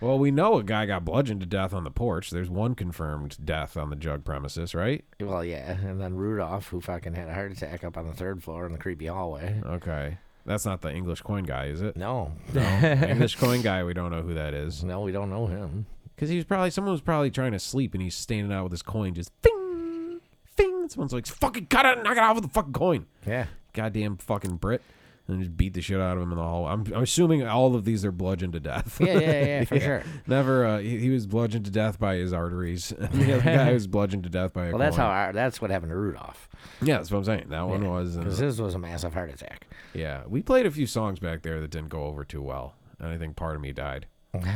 S3: well, we know a guy got bludgeoned to death on the porch. There's one confirmed death on the jug premises, right?
S2: Well, yeah, and then Rudolph, who fucking had a heart attack up on the third floor in the creepy hallway.
S3: Okay. That's not the English coin guy, is it?
S2: No,
S3: No. English coin guy, we don't know who that is.
S2: no, we don't know him.
S3: Because he was probably, someone was probably trying to sleep and he's standing out with his coin, just ding, ding. Someone's like, fucking cut it, knock it off with the fucking coin.
S2: Yeah,
S3: goddamn fucking Brit and just beat the shit out of him in the hallway. I'm, I'm assuming all of these are bludgeoned to death.
S2: yeah, yeah, yeah, for sure.
S3: Never, uh, he, he was bludgeoned to death by his arteries. And the other guy was bludgeoned to death by a
S2: Well, that's how
S3: coin.
S2: our, that's what happened to Rudolph.
S3: Yeah, that's what I'm saying. That one was. and-
S2: Because this was a massive heart attack.
S3: yeah, we played a few songs back there that didn't go over too well. And I think part of me died.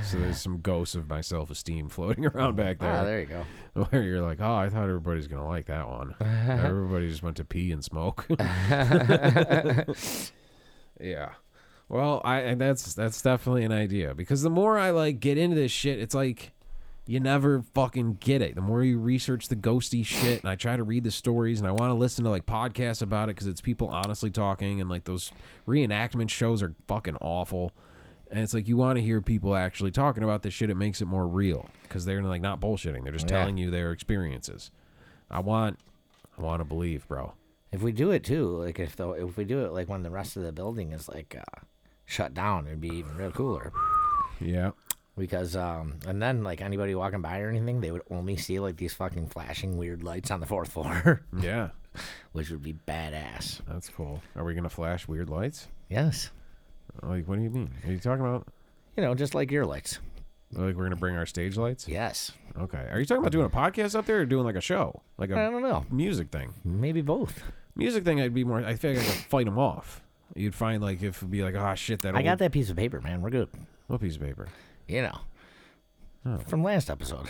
S3: So there's some ghosts of my self esteem floating around back there.
S2: Ah, there you go.
S3: Where you're like, oh, I thought everybody's going to like that one. Everybody just went to pee and smoke. yeah. Well, I and that's that's definitely an idea because the more I like get into this shit, it's like you never fucking get it. The more you research the ghosty shit, and I try to read the stories, and I want to listen to like podcasts about it because it's people honestly talking, and like those reenactment shows are fucking awful. And it's like you want to hear people actually talking about this shit. It makes it more real because they're like not bullshitting. They're just
S2: Yeah.
S3: telling you their experiences. I want, I want to believe, bro.
S2: If we do it too, like if the, if we do it like when the rest of the building is like uh, shut down, it'd be even real cooler.
S3: Yeah.
S2: Because um, and then like anybody walking by or anything, they would only see like these fucking flashing weird lights on the fourth floor,
S3: Yeah.
S2: which would be badass.
S3: That's cool. Are we gonna flash weird lights?
S2: Yes,
S3: Like, what do you mean? Are you talking about
S2: you know, just like your lights.
S3: like we're gonna bring our stage lights?
S2: Yes,
S3: Okay. Are you talking about doing a podcast up there or doing like a show, like
S2: I
S3: a
S2: don't know.
S3: music thing?
S2: Maybe both.
S3: Music thing, I'd be more. I think I could fight them off. You'd find like if it'd be like, ah, shit, that.
S2: I
S3: old,
S2: got that piece of paper, man. We're good.
S3: What piece of paper?
S2: You know, from last episode.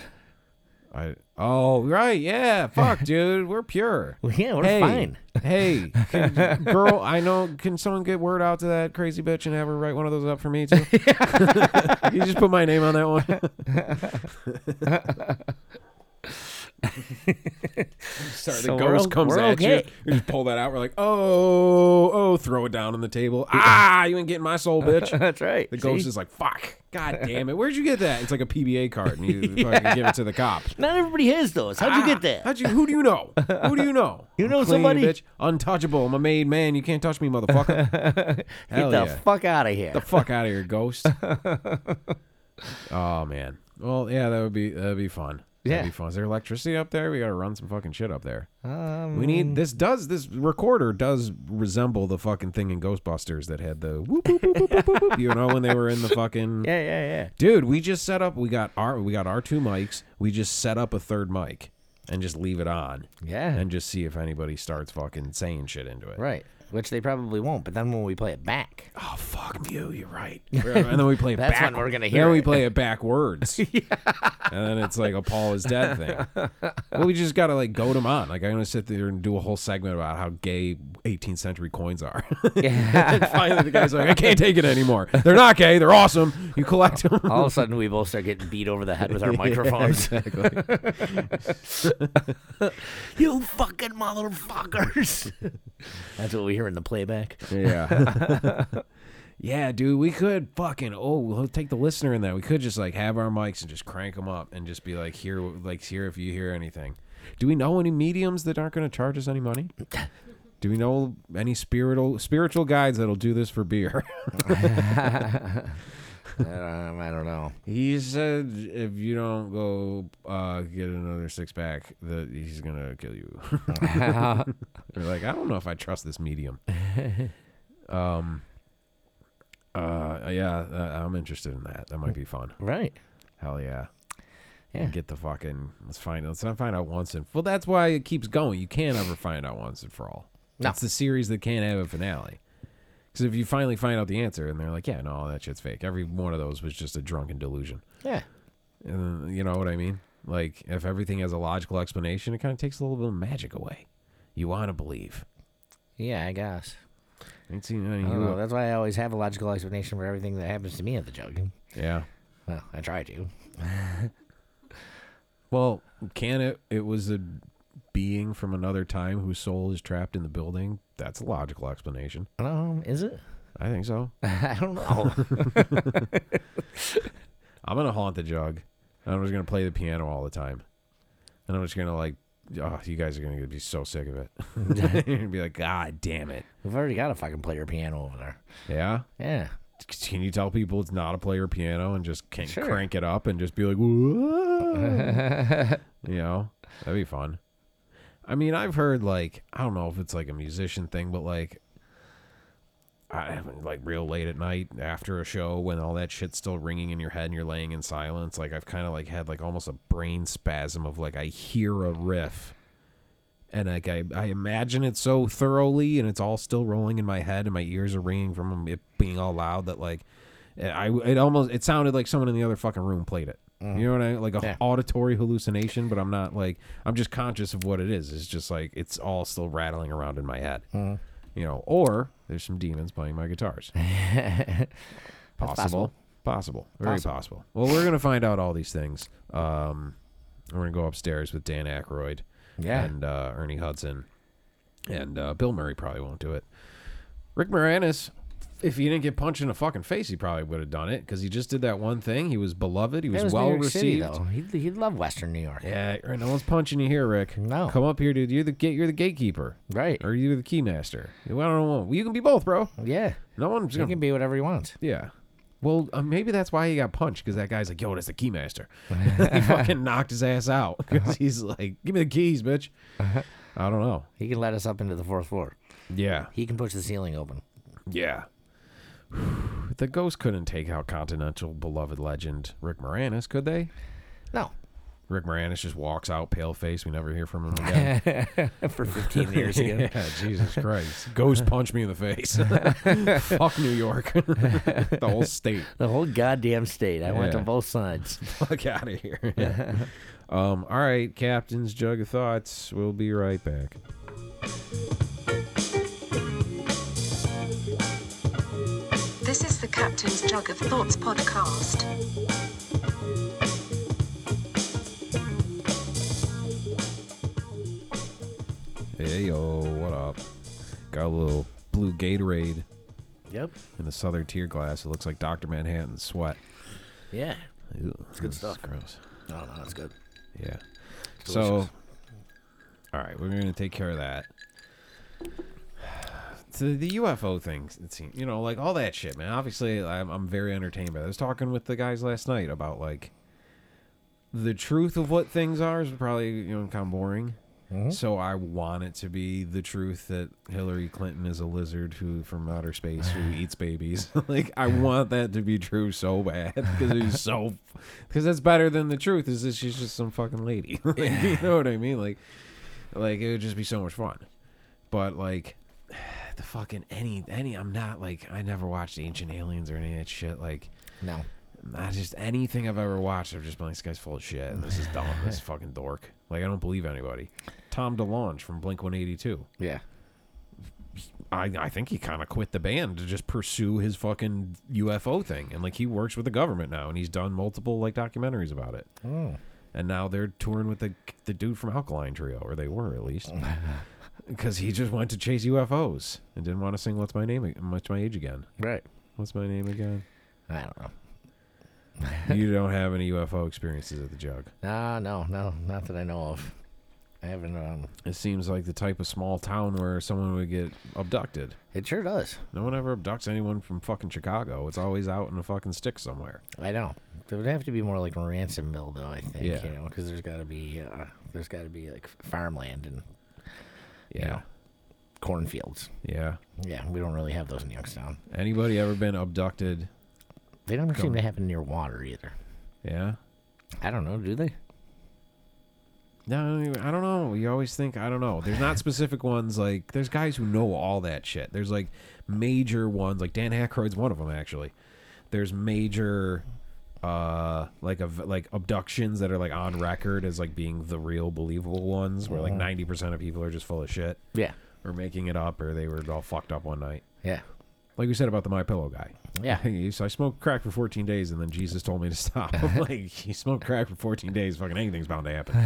S3: I oh right yeah fuck dude we're pure
S2: Yeah, we're
S3: hey
S2: fine.
S3: hey can- girl I know can someone get word out to that crazy bitch and have her write one of those up for me too you just put my name on that one sorry
S2: So
S3: the
S2: we're
S3: ghost
S2: o-
S3: comes
S2: we're
S3: at
S2: okay.
S3: you you just pull that out we're like oh oh throw it down on the table ah you ain't getting my soul bitch
S2: That's right.
S3: the ghost
S2: See?
S3: is like fuck god damn it where'd you get that it's like a PBA card and you fucking give it to the cops
S2: Not everybody has those. How'd you
S3: Ah,
S2: get that?
S3: How'd you? Who do you know? Who do you know?
S2: You
S3: I'm
S2: know somebody?
S3: bitch. Untouchable. I'm a made man. You can't touch me, motherfucker.
S2: Get
S3: Hell
S2: the
S3: yeah.
S2: fuck out of here.
S3: the fuck out of here, ghost. oh man. Well, yeah, that would be that'd be fun.
S2: Yeah.
S3: That'd be fun. Is there electricity up there? We gotta run some fucking shit up there.
S2: um,
S3: We need this. Does this recorder does resemble the fucking thing in Ghostbusters that had the whoop whoop whoop whoop whoop, whoop, whoop? You know when they were in the fucking
S2: yeah, yeah, yeah.
S3: dude. We just set up. We got our we got our two mics. We just set up a third mic and just leave it on
S2: Yeah.
S3: and just see if anybody starts fucking saying shit into it.
S2: right. Which they probably won't, but then when we play it back.
S3: Oh fuck you, you're right. And then we play it
S2: That's
S3: back.
S2: when we're gonna
S3: Then
S2: hear
S3: we
S2: it.
S3: play it backwards. And then it's like a Paul is dead thing. well, we just gotta like goad him on. Like I'm gonna sit there and do a whole segment about how gay 18th century coins are. and finally, the guy's like, I can't take it anymore. They're not gay. They're awesome. You collect them.
S2: All of a sudden, we both start getting beat over the head with our microphones. you fucking motherfuckers. That's what we hear in the playback.
S3: Yeah. yeah, dude, we could fucking oh, we'll take the listener in that. We could just like have our mics and just crank them up and just be like here like here if you hear anything. Do we know any mediums that aren't going to charge us any money? Do we know any spiritual spiritual guides that'll do this for beer?
S2: Um, I don't know.
S3: he said if you don't go uh, get another six pack, that he's going to kill you. They're like, I don't know if I trust this medium. um, uh, yeah, uh, I'm interested in that. That might be fun.
S2: right.
S3: Hell yeah.
S2: Yeah.
S3: Get the fucking let's find let's not find out once and well that's why it keeps going. You can't ever find out once and for all.
S2: No.
S3: That's the series that can't have a finale. Because if you finally find out the answer and they're like, yeah, no, all that shit's fake. Every one of those was just a drunken delusion.
S2: Yeah.
S3: And then- you know what I mean? Like if everything has a logical explanation, it kind of takes a little bit of magic away. You want to believe.
S2: Yeah, I guess.
S3: I ain't seen any.
S2: I don't
S3: who-
S2: know. That's why I always have a logical explanation for everything that happens to me at the joke.
S3: yeah.
S2: Well, I try to.
S3: Well, can it? It was a being from another time whose soul is trapped in the building. That's a logical explanation.
S2: Um, is it?
S3: I think so.
S2: I don't know.
S3: I'm gonna haunt the jug. And I'm just gonna play the piano all the time, and I'm just gonna like, oh, you guys are gonna be so sick of it. You're gonna be like, God damn it.
S2: We've already got a fucking player piano over there.
S3: Yeah.
S2: Yeah.
S3: Can you tell people it's not a player piano and just can
S2: Sure.
S3: crank it up and just be like, Whoa. you know, that'd be fun. I mean, I've heard like I don't know if it's like a musician thing, but like I haven't like real late at night after a show when all that shit's still ringing in your head and you're laying in silence. Like I've kind of like had like almost a brain spasm of like I hear a riff and like I, I imagine it so thoroughly and it's all still rolling in my head and my ears are ringing from it being all loud that like I it almost it sounded like someone in the other fucking room played it. You know what I mean? Like a
S2: Mm-hmm. Yeah.
S3: auditory hallucination, but I'm not like I'm just conscious of what it is. It's just like it's all still rattling around in my head.
S2: Mm-hmm.
S3: You know, or there's some demons playing my guitars. possible.
S2: possible.
S3: Possible. Very
S2: Possible.
S3: possible. Well, we're gonna find out all these things. Um, we're gonna go upstairs with Dan Aykroyd
S2: Yeah.
S3: and uh, Ernie Hudson. And uh, Bill Murray probably won't do it. Rick Moranis, if he didn't get punched in the fucking face, he probably would have done it because he just did that one thing. He was beloved. He was,
S2: That
S3: well
S2: New York City,
S3: received.
S2: though. He'd, he'd love Western New York.
S3: yeah, right, no one's punching you here, Rick.
S2: No.
S3: come up here, dude. You're the ga- you're the gatekeeper,
S2: Right.
S3: or you're the keymaster. I don't know. You can be both, bro.
S2: Yeah.
S3: No one's
S2: He
S3: gonna
S2: can be whatever he wants.
S3: yeah. Well, uh, maybe that's why he got punched because that guy's like, "Yo, that's the keymaster." he fucking knocked his ass out because he's like, "Give me the keys, bitch." I don't know.
S2: He can let us up into the fourth floor.
S3: Yeah,
S2: He can push the ceiling open.
S3: yeah. the ghost couldn't take out continental beloved legend Rick Moranis, could they?
S2: No.
S3: Rick Moranis just walks out, pale face. We never hear from him again.
S2: For 15 years again.
S3: yeah, Jesus Christ! Ghost punch me in the face. Fuck New York, the whole state.
S2: The whole goddamn state. I went to
S3: Yeah.
S2: both sides.
S3: fuck out of here. Yeah. Um, all right, Captain's Jug of Thoughts. We'll be right back.
S1: This is the Captain's Jug of Thoughts podcast.
S3: Hey, yo, what up? Got a little blue Gatorade
S2: Yep.
S3: in the southern tier glass. It looks like Dr. Manhattan's sweat.
S2: Yeah.
S3: Ew, it's
S2: good stuff.
S3: Gross.
S2: No, no, that's good.
S3: Yeah. So,
S2: Delicious.
S3: all right, we're going to take care of that. So the UFO thing, it seems, you know, like all that shit, man. Obviously, I'm, I'm very entertained by. It. I was talking with the guys last night about like the truth of what things are is probably you know kind of boring. So I want it to be the truth that Hillary Clinton is a lizard who from outer space who eats babies. like I want that to be true so bad because it's so because that's better than the truth is that she's just some fucking lady. Like, You know what I mean? Like, like it would just be so much fun. But like the fucking any any I'm not like I never watched Ancient Aliens or any of that shit. Like
S2: No.
S3: not just anything I've ever watched. I've just been like, this guy's full of shit. And this is dumb. this is fucking dork. Like, I don't believe anybody. Tom DeLonge from Blink 182.
S2: Yeah.
S3: I, I think he kind of quit the band to just pursue his fucking UFO thing. And, like, he works with the government now and he's done multiple, like, documentaries about it.
S2: Oh.
S3: And now they're touring with the, the dude from Alkaline Trio, or they were at least. Because he just went to chase UFOs and didn't want to sing What's My Name, Ag- What's My Age Again.
S2: Right.
S3: What's My Name Again?
S2: I don't know.
S3: you don't have any UFO experiences at the jug.
S2: No, no, no, not that I know of. I haven't. Um,
S3: It seems like the type of small town where someone would get abducted.
S2: it sure does.
S3: No one ever abducts anyone from fucking Chicago. It's always out in a fucking stick somewhere.
S2: I know. It would have to be more like Ransomville, though. I think
S3: Yeah.
S2: you know because there's got to be uh, there's got to be like farmland and Yeah. cornfields.
S3: Yeah.
S2: Yeah, we don't really have those in Youngstown.
S3: Anybody ever been abducted?
S2: They don't seem to happen near water either.
S3: Yeah.
S2: I don't know. Do they?
S3: No, I don't even- I don't know. You always think I don't know. There's not specific ones like there's guys who know all that shit. There's like major ones like Dan Aykroyd's one of them actually. There's major uh like of like abductions that are like on record as like being the real believable ones where like 90% of people are just full of shit
S2: Yeah.
S3: or making it up or they were all fucked up one night.
S2: Yeah.
S3: Like we said about the My Pillow guy.
S2: Yeah.
S3: So I smoked crack for 14 days, and then Jesus told me to stop. I'm like, you smoked crack for 14 days, fucking anything's bound to happen.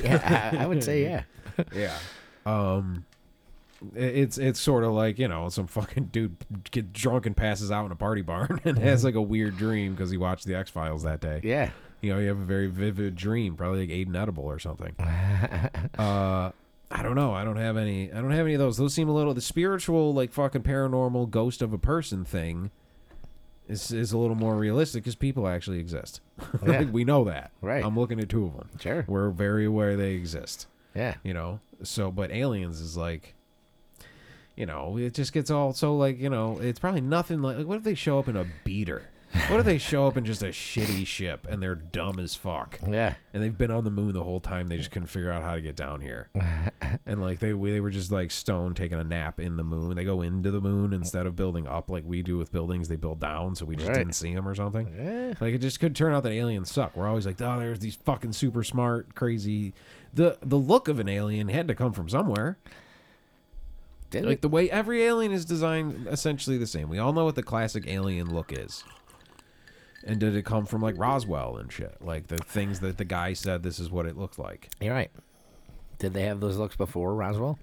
S2: yeah. I, I would say yeah.
S3: yeah. Um, i- it's it's sort of like you know some fucking dude get drunk and passes out in a party barn and has like a weird dream because he watched the X Files that day.
S2: Yeah.
S3: You know, you have a very vivid dream, probably like Aiden Edible or something. uh, I don't know. I don't have any. I don't have any of those. Those seem a little the spiritual, like fucking paranormal ghost of a person thing. Is, is a little more realistic because people actually exist.
S2: Yeah.
S3: Like, we know that.
S2: Right.
S3: I'm looking at two of them.
S2: Sure.
S3: We're very aware they exist
S2: Yeah.
S3: you know so but aliens is like you know it just gets all so like you know it's probably nothing like, like what if they show up in a beater what if they show up in just a shitty ship and they're dumb as fuck
S2: Yeah.
S3: and they've been on the moon the whole time they just couldn't figure out how to get down here and like they they were just like stone taking a nap in the moon they go into the moon instead of building up like we do with buildings they build down so we just
S2: Right.
S3: didn't see them or something
S2: Yeah.
S3: like it just could turn out that aliens suck. We're always like, oh, there's these fucking super smart, crazy. The the look of an alien had to come from somewhere.
S2: Did
S3: Like
S2: it?
S3: the way every alien is designed, essentially the same. We all know what the classic alien look is. And did it come from like Roswell and shit? Like the things that the guy said, this is what it looked like.
S2: You're right. Did they have those looks before Roswell?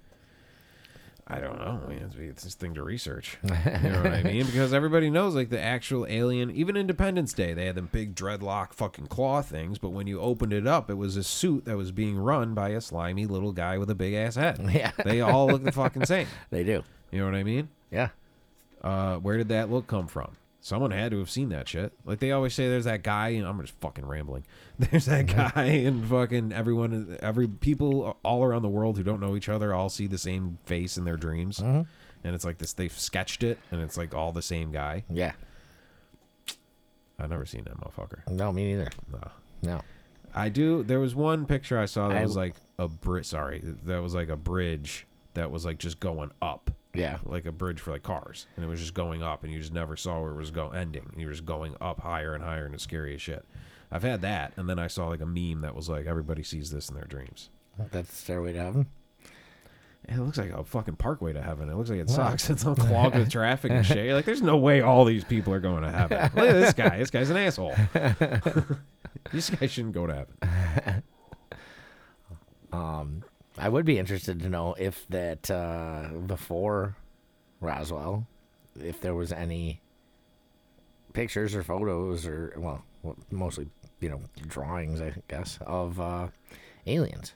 S3: I don't know. I mean, it's, it's this thing to research. You know what I mean? Because everybody knows, like, the actual alien, even Independence Day, they had them big dreadlock fucking claw things, but when you opened it up, it was a suit that was being run by a slimy little guy with a big ass head.
S2: Yeah.
S3: They all look the fucking same.
S2: They do.
S3: You know what I mean?
S2: Yeah.
S3: Uh, where did that look come from? Someone had to have seen that shit. Like they always say, there's that guy, and I'm just fucking rambling. There's that guy, and fucking everyone, every people all around the world who don't know each other all see the same face in their dreams, and it's like this. They've sketched it, and it's like all the same guy.
S2: Yeah.
S3: I've never seen that motherfucker.
S2: No, me neither.
S3: No.
S2: No.
S3: I do. There was one picture I saw that
S2: I-
S3: was like a bridge. Sorry, that was like a bridge that was like just going up.
S2: Yeah.
S3: like a bridge for like cars, and it was just going up, and you just never saw where it was go ending. And you were just going up higher and higher, and it's scary as shit. I've had that, and then I saw like a meme that was like everybody sees this in their dreams.
S2: That's Stairway to Heaven.
S3: It looks like a fucking parkway to heaven. It looks like it sucks. It's all clogged with traffic and shit. You're like, there's no way all these people are going to heaven. Look at this guy. This guy's an asshole. this guy shouldn't go to heaven.
S2: Um, I would be interested to know if that uh, before Roswell, if there was any pictures or photos or well, well, mostly you know drawings, I guess, of uh, aliens.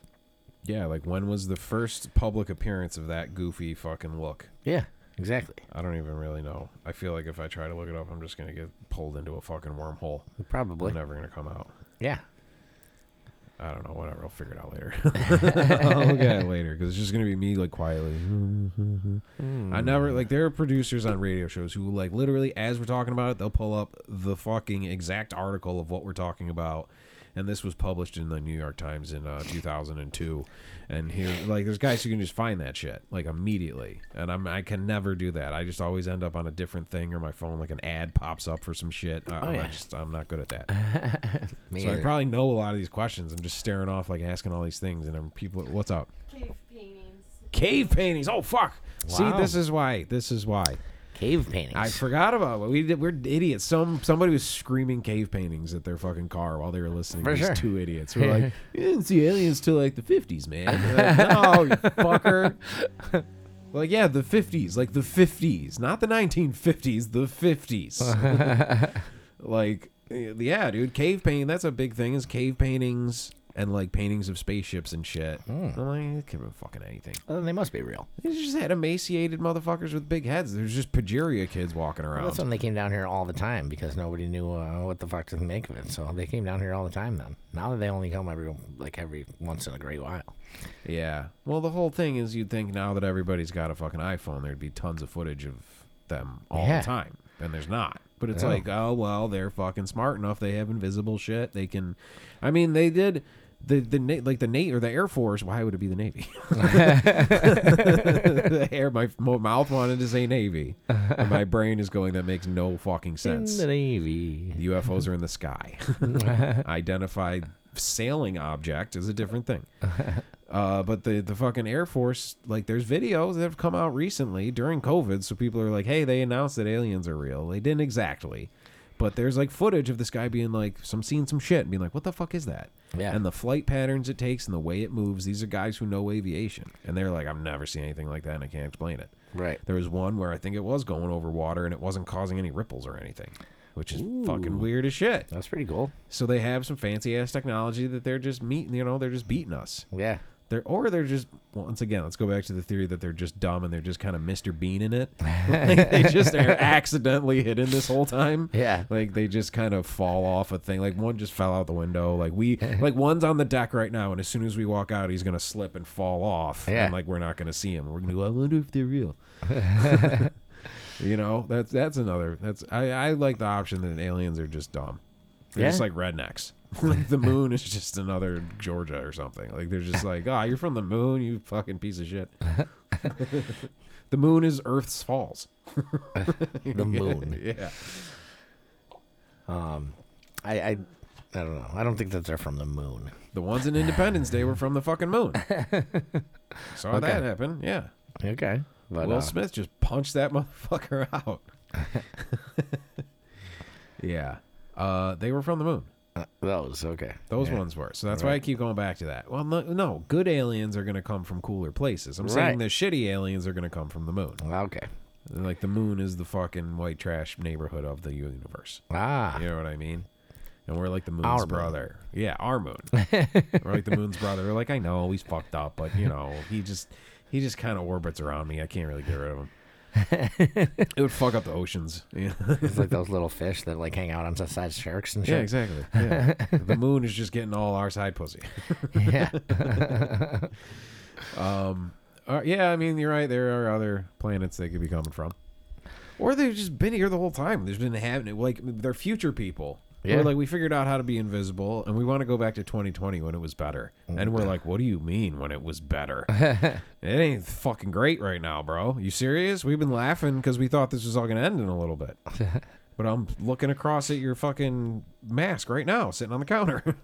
S3: Yeah, like when was the first public appearance of that goofy fucking look?
S2: Yeah, exactly.
S3: I don't even really know. I feel like if I try to look it up, I'm just gonna get pulled into a fucking wormhole.
S2: Probably.
S3: I'm never gonna come out.
S2: Yeah.
S3: I don't know. Whatever. I'll figure it out later. I'll look at it later because it's just gonna be me like quietly. I never like there are producers on radio shows who like literally as we're talking about it, they'll pull up the fucking exact article of what we're talking about. And this was published in the New York Times in uh, 2002, and here like there's guys who can just find that shit like immediately, and I'm I can never do that. I just always end up on a different thing or my phone like an ad pops up for some shit. I, I'm
S2: yeah.
S3: not just I'm not good at that.
S2: Me
S3: So I
S2: either.
S3: probably know a lot of these questions. I'm just staring off, like asking all these things, and I'm people. What's up?
S4: Cave paintings.
S3: Cave paintings. Oh fuck! See,
S2: Wow.
S3: this is why. This is why.
S2: Cave paintings.
S3: I forgot about what we did. We're idiots. Some somebody was screaming cave paintings at their fucking car while they were listening.
S2: For
S3: to These
S2: sure.
S3: two idiots who were like, "You didn't see aliens till like the '50s, man." They're like, no, you fucker. Like yeah, the '50s, like the '50s, not the 1950s, the '50s. like yeah, dude, cave painting. That's a big thing. Is cave paintings and like paintings of spaceships and shit.
S2: Hmm.
S3: I'm like, "Eh, it could have been fucking anything.
S2: Well, then they must be real.
S3: They just had emaciated motherfuckers with big heads. There's just Pajeria kids walking around.
S2: That's when they came down here all the time because nobody knew uh, what the fuck to make of it. So they came down here all the time. Then now that they only come every like every once in a great while.
S3: Yeah. Well, the whole thing is you'd think now that everybody's got a fucking iPhone, there'd be tons of footage of them all
S2: Yeah.
S3: the time, and there's not. But it's
S2: No.
S3: like, oh well, they're fucking smart enough. They have invisible shit. They can. I mean, they did the the Na- like the Nate or the Air Force. Why would it be the Navy? the air. My f- mo- mouth wanted to say Navy. And my brain is going. That makes no fucking sense.
S2: In the Navy.
S3: The UFOs are in the sky. Identified sailing object is a different thing. Uh, but the the fucking Air Force, like, there's videos that have come out recently during COVID, so people are like, hey, they announced that aliens are real. They didn't exactly, but there's like footage of this guy being like, some seeing some shit and being like, what the fuck is that?
S2: Yeah.
S3: And the flight patterns it takes and the way it moves. These are guys who know aviation, and they're like, I've never seen anything like that, and I can't explain it.
S2: Right.
S3: There was one where I think it was going over water and it wasn't causing any ripples or anything, which is fucking weird as shit.
S2: That's pretty cool.
S3: So they have some fancy ass technology that they're just meeting, you know, they're just beating us.
S2: Yeah.
S3: They're or they're just once again, let's go back to the theory that they're just dumb and they're just kind of Mr. Bean in it. Like, they just are accidentally hidden this whole time.
S2: Yeah.
S3: Like they just kind of fall off a thing. Like one just fell out the window. Like we like one's on the deck right now, and as soon as we walk out, he's gonna slip and fall off.
S2: Yeah.
S3: And like we're not gonna see him. We're gonna go, I wonder if they're real. you know, that's that's another that's I, I like the option that aliens are just dumb. They're just
S2: Yeah.
S3: like rednecks. like the moon is just another Georgia or something. Like they're just like, ah, you're from the moon, you fucking piece of shit. the moon is Earth's falls.
S2: The moon.
S3: yeah.
S2: Um, I, I I don't know. I don't think that they're from the moon.
S3: The ones in Independence Day were from the fucking moon. Saw that
S2: Okay.
S3: happen. Yeah.
S2: Okay. But
S3: Will
S2: uh,
S3: Smith just punched that motherfucker out. yeah. Uh, they were from the moon.
S2: those okay.
S3: Those
S2: Yeah.
S3: ones were. So that's why I keep going back to that. Well, no, no good aliens are going to come from cooler places. I'm saying
S2: Right.
S3: the shitty aliens are going to come from the moon.
S2: Okay.
S3: Like the moon is the fucking white trash neighborhood of the universe.
S2: Ah.
S3: You know what I mean? And we're like the moon's
S2: Our moon.
S3: brother. Yeah, our moon. we're like the moon's brother. We're like, I know he's fucked up, but you know, he just he just kind of orbits around me. I can't really get rid of him. it would fuck up the oceans. Yeah,
S2: It's like those little fish that like hang out on the side of sharks and
S3: yeah
S2: shit.
S3: exactly. Yeah. the moon is just getting all our side pussy.
S2: Yeah.
S3: Uh, yeah, I mean, you're right. There are other planets they could be coming from, or they've just been here the whole time. There's been having like they're future people. Yeah.
S2: Yeah.
S3: like we figured out how to be invisible, and we want to go back to 2020 when it was better. And we're like, what do you mean when it was better? it ain't fucking great right now, bro. You serious? We've been laughing because we thought this was all gonna end in a little bit. But I'm looking across at your fucking mask right now, sitting on the counter.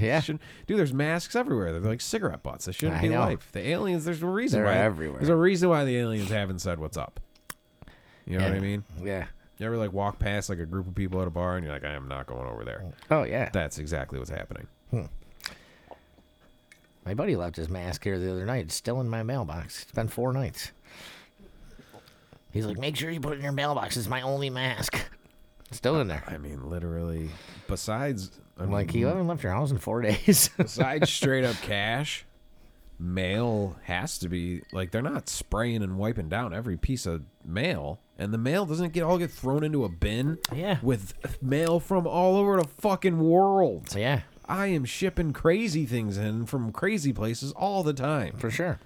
S2: Yeah.
S3: Shouldn't- dude, there's masks everywhere. They're like cigarette butts. They shouldn't
S2: I
S3: be
S2: know.
S3: life. The aliens, there's a reason
S2: They're
S3: why
S2: everywhere.
S3: There's a reason why the aliens haven't said what's up. You know what I
S2: Yeah.
S3: mean?
S2: Yeah.
S3: You ever like walk past like a group of people at a bar and you're like, I am not going over there.
S2: Oh yeah.
S3: That's exactly what's happening.
S2: My buddy left his mask here the other night. It's still in my mailbox. It's been four nights. He's like, make sure you put it in your mailbox. It's my only mask. It's still in there.
S3: I mean, literally. Besides, I
S2: I'm
S3: mean,
S2: like, you haven't left your house in four days.
S3: besides straight up cash, mail has to be like they're not spraying and wiping down every piece of mail, and the mail doesn't get all get thrown into a bin.
S2: Yeah.
S3: with mail from all over the fucking world.
S2: yeah,
S3: I am shipping crazy things in from crazy places all the time.
S2: for sure.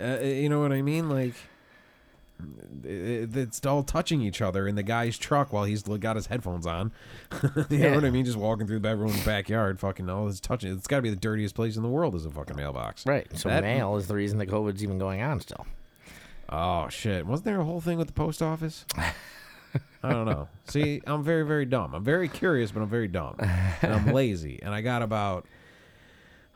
S3: Uh, you know what I mean? Like, it- it's all touching each other in the guy's truck while he's got his headphones on. you know what I mean? Just walking through the everyone's backyard, fucking all this touching. It's got to be the dirtiest place in the world is a fucking mailbox.
S2: Right. So
S3: That-
S2: mail is the reason that COVID's even going on still.
S3: Oh shit! Wasn't there a whole thing with the post office? I don't know. See, I'm very, very dumb. I'm very curious, but I'm very dumb, and I'm lazy, and I got about.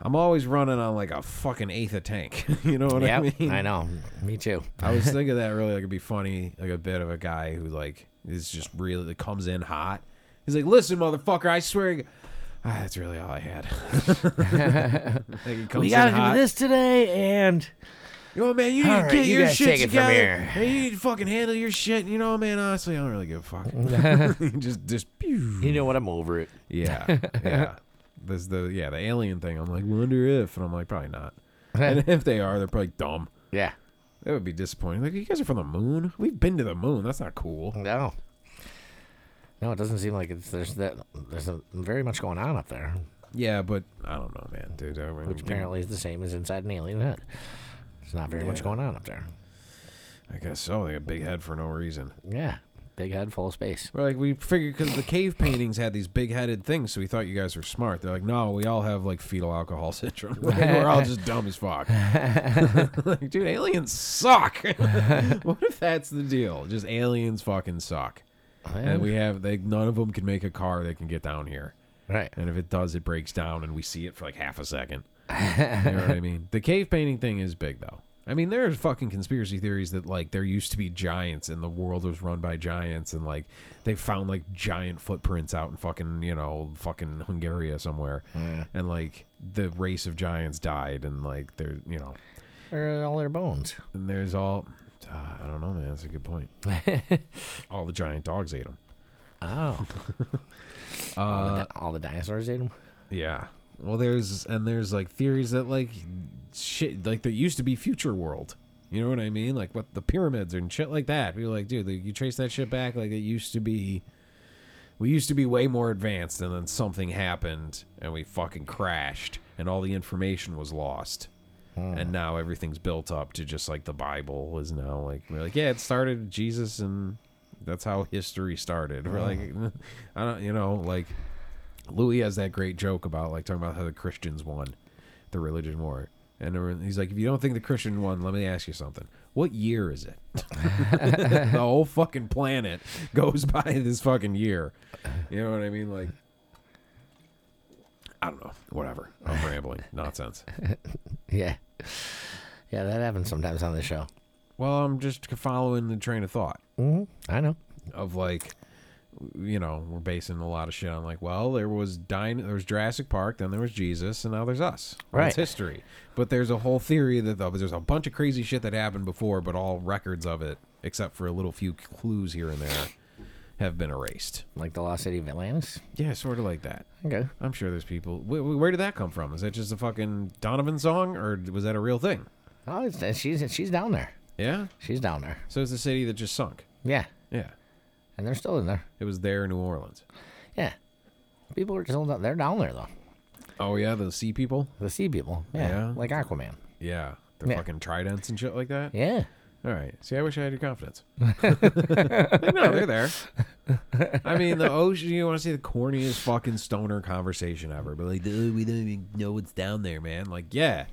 S3: I'm always running on like a fucking eighth of tank. you know what
S2: Yeah,
S3: I mean?
S2: I know. Me too.
S3: I was thinking that really like it'd be funny, like a bit of a guy who like is just really that comes in hot. He's like, "Listen, motherfucker, I swear, to G- ah, that's really all I had." Like, he comes
S2: We
S3: in
S2: gotta
S3: hot.
S2: do this today, and
S3: Yo, man, you need
S2: All
S3: to
S2: right,
S3: get
S2: you
S3: your
S2: guys
S3: shit
S2: take it from
S3: together.
S2: here.
S3: Hey, you need to fucking handle your shit. You know, man, honestly, I don't really give a fuck. just, just, pew.
S2: you know what? I'm over it.
S3: yeah, yeah. This the yeah the alien thing. I'm like, wonder if, and I'm like, probably not. and if they are, they're probably dumb.
S2: Yeah.
S3: That would be disappointing. Like, you guys are from the moon. We've been to the moon. That's not cool.
S2: No. No, it doesn't seem like it's there's that there's a, very much going on up there,
S3: Yeah, but I don't know, man, dude. I mean,
S2: which apparently is the same as inside an alien head. There's not very much
S3: Yeah.
S2: going on up there.
S3: I guess so. They got a big head for no reason.
S2: Yeah, big head full of space.
S3: We're like, we figured because the cave paintings had these big headed things, so we thought you guys were smart. They're like, no, we all have like fetal alcohol syndrome. Like, we're all just dumb as fuck. like, dude, aliens suck. what if that's the deal? Just aliens fucking suck. And we have, like, none of them can make a car that can get down here.
S2: right.
S3: And if it does, it breaks down and we see it for like half a second. you know what I mean? The cave painting thing is big though. I mean, there's fucking conspiracy theories that like there used to be giants and the world was run by giants and like they found like giant footprints out in fucking, you know, fucking Hungary somewhere.
S2: Uh,
S3: And like the race of giants died and like they're, you know,
S2: Where are all their bones?
S3: and there's all uh, I don't know, man. That's a good point. all the giant dogs ate them.
S2: Oh. Uh, all, the, di- all the dinosaurs ate them.
S3: Yeah. Well, there's and there's like theories that like shit like there used to be future world. You know what I mean? Like what the pyramids and shit like that. People are like, dude, like, you trace that shit back like it used to be. We used to be way more advanced, and then something happened, and we fucking crashed, and all the information was lost. And now everything's built up to just like the Bible is now like we're like yeah it started with Jesus and that's how history started. We're like I don't you know like Louis has that great joke about like talking about how the Christians won the religion war. And there were- he's like, if you don't think the Christian won, let me ask you something. What year is it? the whole fucking planet goes by this fucking year. You know what I mean? Like, I don't know. Whatever. I'm rambling. Nonsense.
S2: Yeah. Yeah, that happens sometimes on this show.
S3: Well, I'm just following the train of thought.
S2: hmm I know.
S3: of like you know we're basing a lot of shit on like well there was dine there was Jurassic Park then there was Jesus and now there's us
S2: Right.
S3: it's history but there's a whole theory that the, there's a bunch of crazy shit that happened before but all records of it except for a little few clues here and there have been erased
S2: Like the Lost City of Atlantis.
S3: yeah sort of like that
S2: Okay.
S3: I'm sure there's people wh- wh- where did that come from is that just a fucking Donovan song or was that a real thing
S2: Oh, it's, she's she's down there.
S3: yeah
S2: She's down there.
S3: so it's the city that just sunk
S2: Yeah,
S3: yeah
S2: and they're still in there.
S3: it was there in New Orleans
S2: Yeah, people are still down. They're down there though.
S3: oh yeah the sea people
S2: The sea people. Yeah,
S3: Yeah.
S2: like Aquaman.
S3: Yeah. They're
S2: Yeah.
S3: fucking tridents and shit like that.
S2: Yeah,
S3: All right. See, I wish I had your confidence. Like, no, they're there. I mean, the ocean, you want to see the corniest fucking stoner conversation ever, but like, dude, we don't even know what's down there, man. Like, yeah.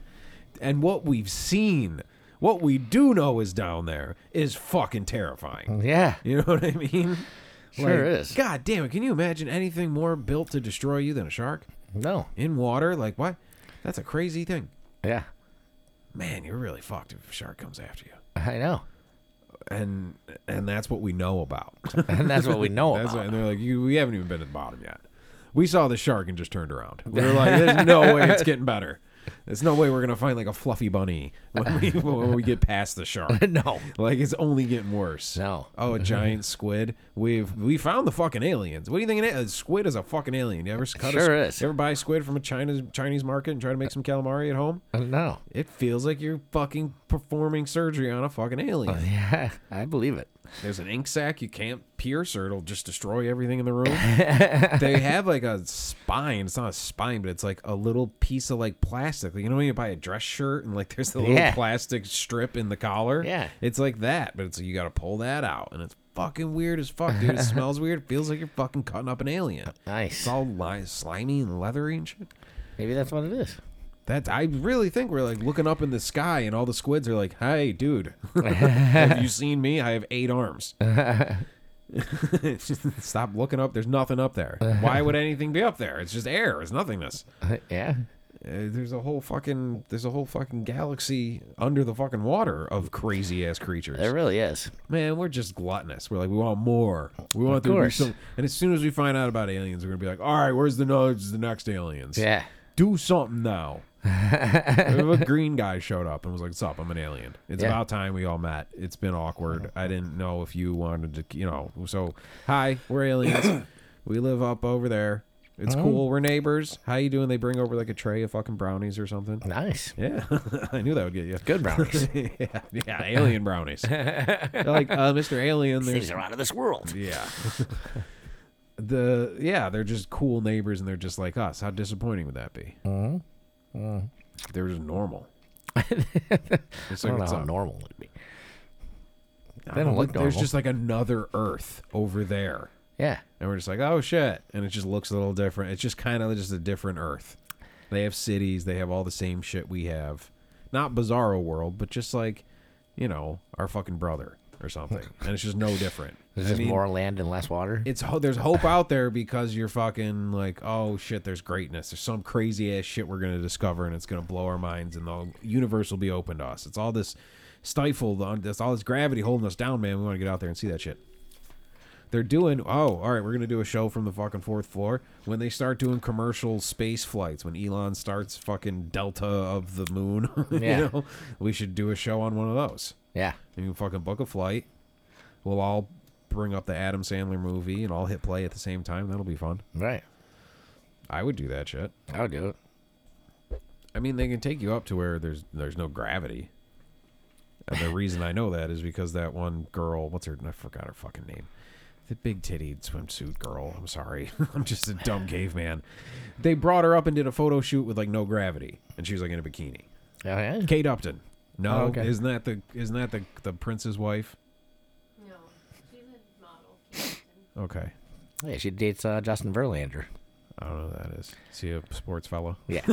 S3: And what we've seen, what we do know is down there is fucking terrifying.
S2: yeah.
S3: You know what I mean?
S2: Sure
S3: Like,
S2: is.
S3: God damn it! Can you imagine anything more built to destroy you than a shark
S2: No.
S3: in water? Like what? That's a crazy thing.
S2: Yeah.
S3: Man, you're really fucked if a shark comes after you.
S2: I know.
S3: And and that's what we know about.
S2: And that's what we know
S3: That's
S2: about.
S3: why- and they're like, you, we haven't even been to the bottom yet. We saw the shark and just turned around. We were like, there's no way it's getting better. There's no way we're gonna find like a fluffy bunny when we when we get past the shark.
S2: no.
S3: Like it's only getting worse.
S2: No.
S3: Oh, a giant squid. We've we found the fucking aliens. What do you think? An a- a squid is a fucking alien. You ever cut
S2: Sure
S3: a,
S2: is.
S3: You ever buy squid from a China's Chinese market and try to make some calamari at home?
S2: No.
S3: It feels like you're fucking performing surgery on a fucking alien.
S2: Yeah, I believe it.
S3: There's an ink sac you can't pierce or it'll just destroy everything in the room. they have like a spine. It's not a spine, but it's like a little piece of like plastic. Like, You know when you buy a dress shirt and like there's the little
S2: Yeah.
S3: plastic strip in the collar?
S2: Yeah.
S3: It's like that, but it's you gotta pull that out and it's fucking weird as fuck, dude. It smells weird. It feels like you're fucking cutting up an alien. It's
S2: Nice.
S3: all li- slimy and leathery and shit.
S2: Maybe that's what it is.
S3: That I really think we're like looking up in the sky, and all the squids are like, "Hey, dude, have you seen me? I have eight arms. Stop looking up. There's nothing up there. Why would anything be up there? It's just air. It's nothingness.
S2: yeah.
S3: Uh, there's a whole fucking there's a whole fucking galaxy under the fucking water of crazy ass creatures.
S2: It really is.
S3: Man, we're just gluttonous. We're like, we want more. We want there to be
S2: course.
S3: some. And as soon as we find out about aliens, we're gonna be like, all right, where's the nudge? The next aliens
S2: Yeah.
S3: do something now. a green guy showed up and was like, "What's up? I'm an alien. It's
S2: Yeah.
S3: about time we all met. It's been awkward. I didn't know if you wanted to, you know. So, hi, we're aliens. we live up over there. It's
S2: Oh.
S3: cool. We're neighbors. How you doing? They bring over like a tray of fucking brownies or something.
S2: Nice.
S3: Yeah, I knew that would get you.
S2: Good brownies.
S3: yeah, yeah, alien brownies. They're like, uh, Mr. Alien. There's
S2: These are out of this world.
S3: yeah. the yeah, they're just cool neighbors, and they're just like us. How disappointing would that be?
S2: Mm-hmm.
S3: They're just normal. it's
S2: I
S3: like
S2: don't know
S3: what's
S2: how
S3: up?
S2: normal it'd be.
S3: I
S2: they don't
S3: know,
S2: look
S3: There's
S2: normal.
S3: just like another Earth over there,
S2: Yeah.
S3: and we're just like, oh shit, and it just looks a little different. It's just kind of just a different Earth. They have cities. They have all the same shit we have. Not Bizarro World, but just like, you know, our fucking brother or something. And it's just no different.
S2: There's
S3: I
S2: just
S3: mean,
S2: more land and less water.
S3: it's ho- there's hope out there because you're fucking like oh shit there's greatness there's some crazy ass shit we're gonna discover and it's gonna blow our minds and the universe will be open to us it's all this stifled on this all this gravity holding us down man we want to get out there and see that shit they're doing oh all right we're gonna do a show from the fucking fourth floor when they start doing commercial space flights when elon starts fucking delta of the moon
S2: Yeah.
S3: you know we should do a show on one of those
S2: yeah.
S3: you can fucking book a flight. We'll all bring up the Adam Sandler movie and all hit play at the same time. That'll be fun.
S2: Right.
S3: I would do that shit.
S2: I would do it.
S3: I mean, they can take you up to where there's there's no gravity. And the reason I know that is because that one girl, what's her? I forgot her fucking name. The big tittied swimsuit girl. I'm sorry, I'm just a dumb caveman. They brought her up and did a photo shoot with like no gravity, and she was like in a bikini.
S2: Oh, yeah.
S3: Kate Upton. No,
S2: Oh, okay.
S3: isn't that the isn't that the the prince's wife?
S4: No, she's a model.
S3: Okay,
S2: Yeah, she dates uh, Justin Verlander.
S3: I don't know who that is. See a sports fellow.
S2: Yeah.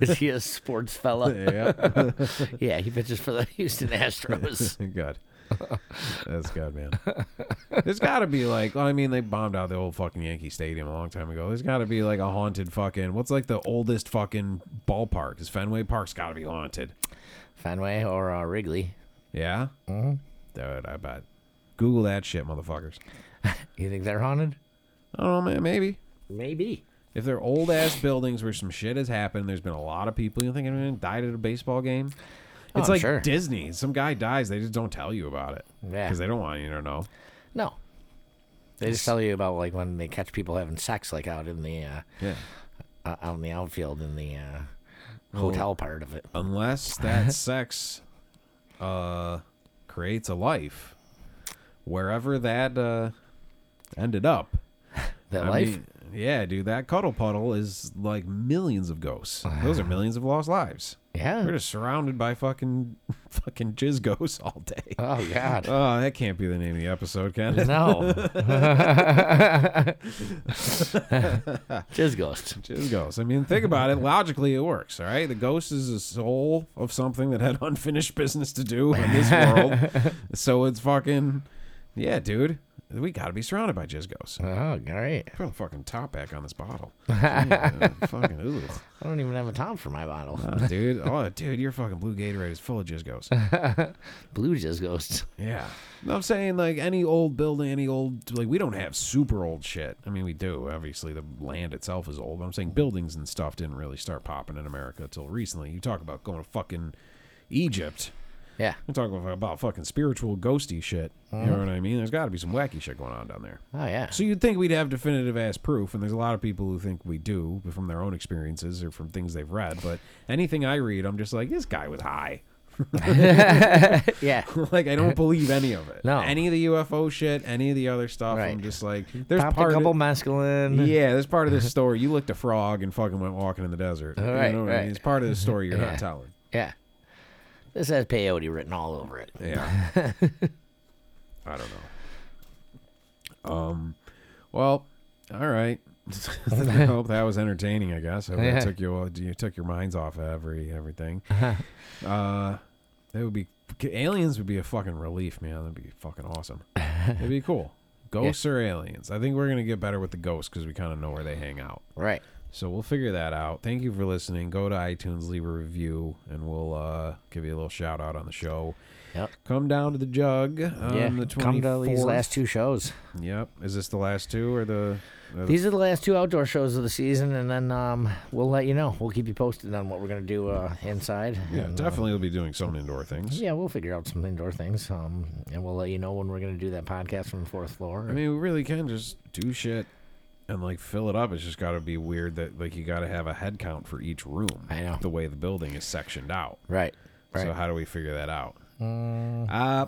S2: Is he a sports fella?
S3: yeah,
S2: Yeah, he pitches for the Houston Astros.
S3: good. That's good, man. There's got to be like, I mean, they bombed out the old fucking Yankee Stadium a long time ago. There's got to be like a haunted fucking. What's like the oldest fucking ballpark? Is Fenway Park's got to be haunted?
S2: Fenway or uh, Wrigley.
S3: Yeah, dude, I bet. Google that shit, motherfuckers.
S2: You think they're haunted?
S3: I don't know, man. Maybe
S2: Maybe.
S3: if they're old ass buildings where some shit has happened, there's been a lot of people. You think anyone died at a baseball game?
S2: Oh,
S3: It's
S2: I'm
S3: like
S2: sure.
S3: Disney. Some guy dies, they just don't tell you about it
S2: Yeah.
S3: because they don't want you to know.
S2: No. They just tell you about like when they catch people having sex, like out in the uh,
S3: Yeah.
S2: uh, out in the outfield in the uh, hotel part of it.
S3: unless that sex uh creates a life wherever that uh ended up
S2: That
S3: I
S2: life.
S3: mean, yeah dude that cuddle puddle is like millions of ghosts those are millions of lost lives
S2: Yeah.
S3: We're just surrounded by fucking fucking jizz ghosts all day.
S2: Oh God.
S3: Oh, that can't be the name of the episode, can it?
S2: No. Jizz ghost.
S3: Jizz ghosts. I mean, think about it. Logically, it works. All right, the ghost is a soul of something that had unfinished business to do in this world. so it's fucking, yeah, dude. We got to be surrounded by jizz ghosts.
S2: Oh, all right.
S3: Put a fucking top back on this bottle. Yeah, fucking ooh.
S2: I don't even have a top for my bottle.
S3: Oh, dude. Oh, dude, your fucking blue Gatorade is full of jizz ghosts.
S2: Blue jizz ghost.
S3: Yeah. No, I'm saying like any old building, any old like we don't have super old shit. I mean, we do. Obviously, the land itself is old. But I'm saying buildings and stuff didn't really start popping in America until recently. You talk about going to fucking Egypt.
S2: Yeah.
S3: You talk about, about fucking spiritual ghosty shit. You know what I mean? There's got to be some wacky shit going on down there.
S2: Oh yeah.
S3: So you'd think we'd have definitive ass proof, and there's a lot of people who think we do, but from their own experiences or from things they've read. But anything I read, I'm just like, this guy was high.
S2: Yeah.
S3: like I don't believe any of it.
S2: No.
S3: any of the UFO shit, any of the other stuff. I'm
S2: Right.
S3: just like, there's
S2: Popped
S3: part
S2: a couple
S3: of
S2: masculine.
S3: yeah, there's part of this story. You licked a frog and fucking went walking in the desert. you
S2: right,
S3: know what I
S2: right.
S3: mean? It's part of the story you're
S2: Yeah.
S3: not telling.
S2: Yeah. This has peyote written all over it.
S3: Yeah, I don't know. Um, well, all right. I hope that was entertaining. I guess I hope
S2: Yeah.
S3: that took you you took your minds off of every everything. uh, that would be aliens would be a fucking relief, man. That'd be fucking awesome. It'd be cool. Ghosts or aliens? I think we're gonna get better with the ghosts because we kind of know where they hang out.
S2: Right.
S3: So we'll figure that out. Thank you for listening. Go to iTunes, leave a review, and we'll uh, give you a little shout out on the show.
S2: Yep.
S3: Come down to the jug on
S2: yeah.
S3: Um, the 24th.
S2: Come to these last two shows.
S3: Yep. Is this the last two or the? or the-
S2: These are the last two outdoor shows of the season, and then um, we'll let you know. We'll keep you posted on what we're gonna do uh, inside.
S3: yeah,
S2: and, uh,
S3: definitely. We'll be doing some indoor things.
S2: yeah, we'll figure out some indoor things, um, and we'll let you know when we're gonna do that podcast from the fourth floor.
S3: I mean, we really can just do shit and like fill it up. It's just got to be weird that like you got to have a head count for each room.
S2: I know.
S3: the way the building is sectioned out.
S2: right.
S3: So
S2: Right. Mm.
S3: how do we figure that out? Uh,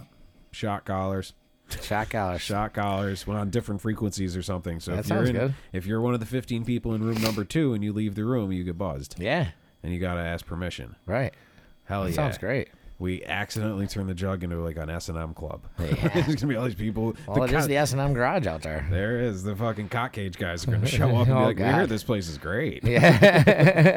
S3: shot collars.
S2: Shot collar.
S3: shot collars went on different frequencies or something. So
S2: That
S3: if you're
S2: sounds
S3: in,
S2: good.
S3: if you're one of the 15 people in room number two and you leave the room, you get buzzed,
S2: Yeah.
S3: and you gotta ask permission.
S2: Right.
S3: Hell
S2: That
S3: yeah,
S2: sounds great.
S3: We accidentally turned the jug into like an S and M club.
S2: Yeah.
S3: There's gonna be all these people.
S2: Well, it is
S3: cock-
S2: the S and M garage out there.
S3: there is the fucking cock cage guys are gonna show up and be
S2: Oh,
S3: like, "We heard
S2: God.
S3: this place is great."
S2: Yeah.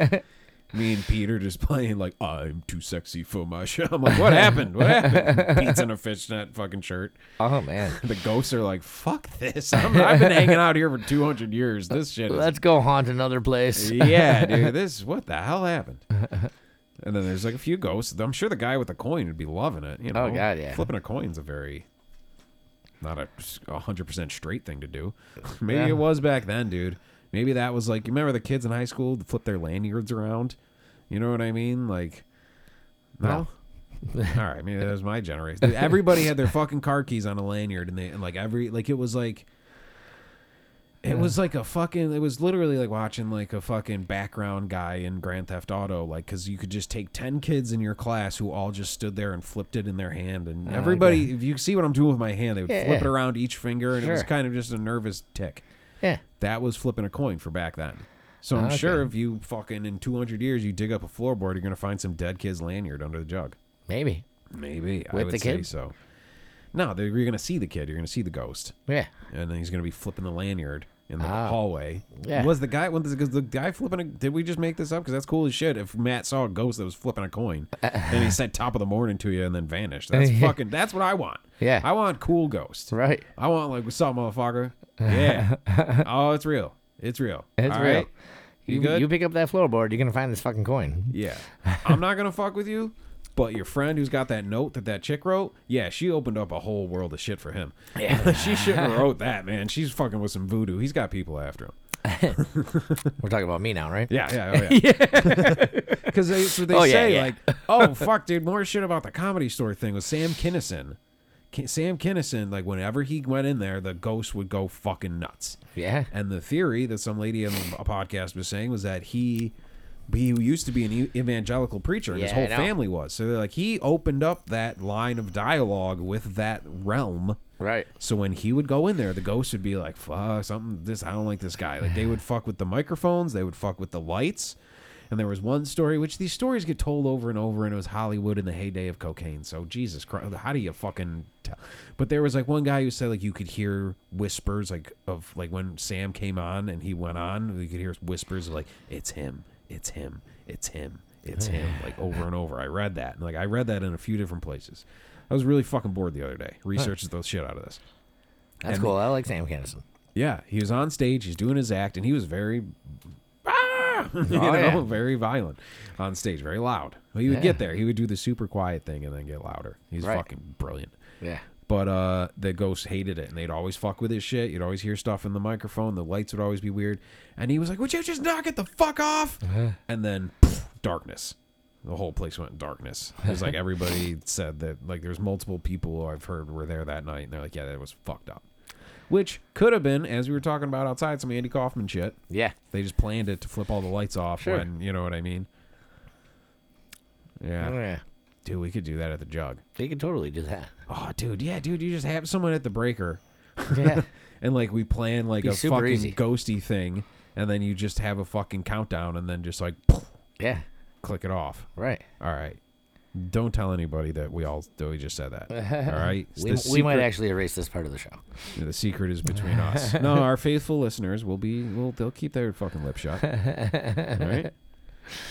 S3: Me and Peter just playing like, "I'm too sexy for my show." I'm like, "What happened? What happened?" Pizza in a fishnet fucking shirt.
S2: oh man.
S3: The ghosts are like, "Fuck this! I'm, I've been hanging out here for 200 years. This shit is
S2: Let's go haunt another place.
S3: yeah, dude, this what the hell happened? And then there's like a few ghosts. I'm sure the guy with the coin would be loving it. You know,
S2: Oh, God, yeah.
S3: flipping a coin's a very not a a hundred percent straight thing to do. Maybe
S2: Yeah.
S3: it was back then, dude. Maybe that was like you remember the kids in high school that flip their lanyards around. You know what I mean? Like, no. All right, maybe that was my generation. Dude, everybody had their fucking car keys on a lanyard, and they and like every like it was like it was like a fucking. It was literally like watching like a fucking background guy in Grand Theft Auto, like because you could just take ten kids in your class who all just stood there and flipped it in their hand, and everybody. If you see what I'm doing with my hand, they would
S2: Oh, Yeah,
S3: flip it
S2: yeah.
S3: around each finger, and it was
S2: Sure.
S3: kind of just a nervous tick.
S2: Yeah.
S3: That was flipping a coin for back then. So I'm
S2: Okay.
S3: sure if you fucking in 200 years you dig up a floorboard, you're gonna find some dead kid's lanyard under the jug.
S2: Maybe.
S3: Maybe I
S2: With
S3: would
S2: the
S3: say
S2: kid?
S3: so. No, they're- you're gonna see the kid. You're gonna see the ghost
S2: Yeah.
S3: and then he's gonna be flipping the lanyard in the
S2: Ah.
S3: hallway.
S2: Yeah.
S3: Was the guy? Because the guy flipping. A, did we just make this up? Because that's cool as shit. If Matt saw a ghost that was flipping a coin, and he said "top of the morning" to you, and then vanished. That's fucking. That's what I want.
S2: Yeah.
S3: I want cool ghosts.
S2: Right.
S3: I want like what's up, motherfucker. Yeah. oh, it's real. It's real.
S2: It's
S3: All
S2: real.
S3: right? You,
S2: You,
S3: good?
S2: you pick up that floorboard, you're gonna find this fucking coin.
S3: Yeah. I'm not going to fuck with you, but your friend who's got that note that that chick wrote, yeah, she opened up a whole world of shit for him. Yeah. she shouldn't have wrote that, man. She's fucking with some voodoo. He's got people after him.
S2: We're talking about me now, right?
S3: Yeah, yeah, oh, yeah. Because they, so they
S2: Oh, yeah,
S3: say,
S2: yeah.
S3: like, oh, fuck, dude, more shit about the comedy store thing with Sam Kinison. Ki- Sam Kinison, like, whenever he went in there, the ghost would go fucking nuts.
S2: Yeah.
S3: And the theory that some lady on a podcast was saying was that he he used to be an e- evangelical preacher and his
S2: Yeah, I
S3: whole
S2: know.
S3: family was. So they're like he opened up that line of dialogue with that realm.
S2: Right.
S3: So when he would go in there, the ghost would be like, "Fuck, something. This I don't like this guy." Like they would fuck with the microphones, they would fuck with the lights, And there was one story, which these stories get told over and over, and it was Hollywood in the heyday of cocaine. So Jesus Christ, how do you fucking tell? But there was like one guy who said like you could hear whispers like of like when Sam came on and he went on, you could hear whispers of like it's him, it's him, it's him, it's him, like over and over. I read that and like I read that in a few different places. I was really fucking bored the other day. Researched the shit out of this.
S2: That's
S3: And-
S2: cool. I like Sam Kinison.
S3: Yeah, he was on stage. He's doing his act, and he was very, ah, you know,
S2: Oh, yeah.
S3: very violent on stage, very loud. Well, he would
S2: Yeah.
S3: get there. He would do the super quiet thing, and then get louder. He's
S2: Right.
S3: fucking brilliant.
S2: Yeah.
S3: But uh, the ghosts hated it, and they'd always fuck with his shit. You'd always hear stuff in the microphone. The lights would always be weird, and he was like, "Would you just knock it the fuck off?" And then pff, darkness. The whole place went in darkness. It was like everybody said that. Like there's multiple people I've heard were there that night, and they're like, "Yeah, that was fucked up," which could have been, as we were talking about outside, some Andy Kaufman shit.
S2: Yeah.
S3: They just planned it to flip all the lights off
S2: Sure.
S3: when you know what I mean.
S2: Oh,
S3: Yeah,
S2: yeah.
S3: dude, we could do that at the jug.
S2: They could totally do that.
S3: Oh, dude, yeah, dude, you just have someone at the breaker,
S2: Yeah.
S3: and like we plan like
S2: Be
S3: a
S2: super
S3: fucking
S2: easy.
S3: ghosty thing, and then you just have a fucking countdown, and then just like poof,
S2: yeah.
S3: click it off.
S2: Right.
S3: All right, don't tell anybody that we all that we just said that. All right,
S2: We,
S3: The
S2: we might
S3: secret-
S2: actually erase this part of the show.
S3: the secret is between us. No, our faithful listeners will be will they'll keep their fucking lip shut. All right.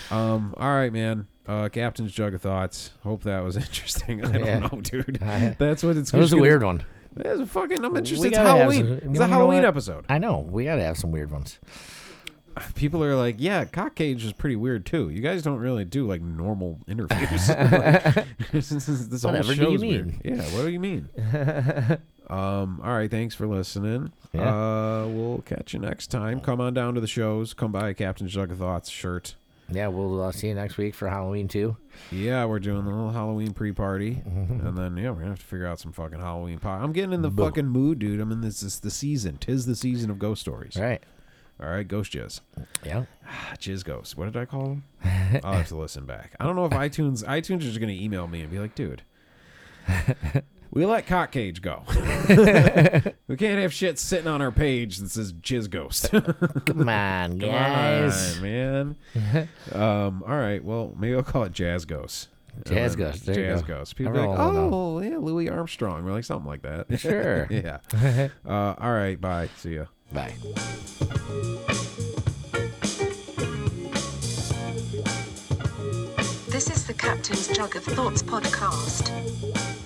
S3: Um. All right, man. Uh, Captain's jug of thoughts. Hope that was interesting. I
S2: Yeah.
S3: don't know, dude.
S2: Uh,
S3: That's what it's.
S2: That was a
S3: gonna-
S2: weird one.
S3: That's a fucking. I'm interested. It's
S2: gotta have
S3: Halloween.
S2: some- you
S3: it's
S2: know
S3: a Halloween
S2: what?
S3: episode.
S2: I know. We got to have some weird ones.
S3: People are like, yeah, cock cage is pretty weird too. You guys don't really do like normal interviews. Like, this is- this whole
S2: Whatever do
S3: show's
S2: you
S3: weird. Yeah. What do you mean? um. All right. Thanks for listening.
S2: Yeah.
S3: Uh. We'll catch you next time. Come on down to the shows. Come buy a Captain Jug of Thoughts shirt.
S2: Yeah, we'll uh, see you next week for Halloween too.
S3: Yeah, we're doing the little Halloween pre-party, and then yeah, we're gonna have to figure out some fucking Halloween pie. I'm getting in the fucking mood, dude. I'm in this. This the season. Tis the season of ghost stories.
S2: All right.
S3: All right, ghost jizz.
S2: Yeah.
S3: Ah, Jizz Ghost. What did I call him? I'll have to listen back. I don't know if iTunes iTunes is going to email me and be like, dude, we let Cock Cage go. we can't have shit sitting on our page that says Jizz Ghost.
S2: Come on, guys.
S3: Alright, man. um, all right. Well, maybe I'll call it Jazz Ghost. And
S2: Jazz
S3: then
S2: Ghost, there you
S3: Jazz
S2: go.
S3: Ghost. People are like,
S2: Everyone will know.
S3: oh, yeah, Louis Armstrong. We're like something like that.
S2: Sure.
S3: yeah. Uh, all right. Bye. See ya.
S2: Bye.
S1: This is the Captain's Jug of Thoughts podcast.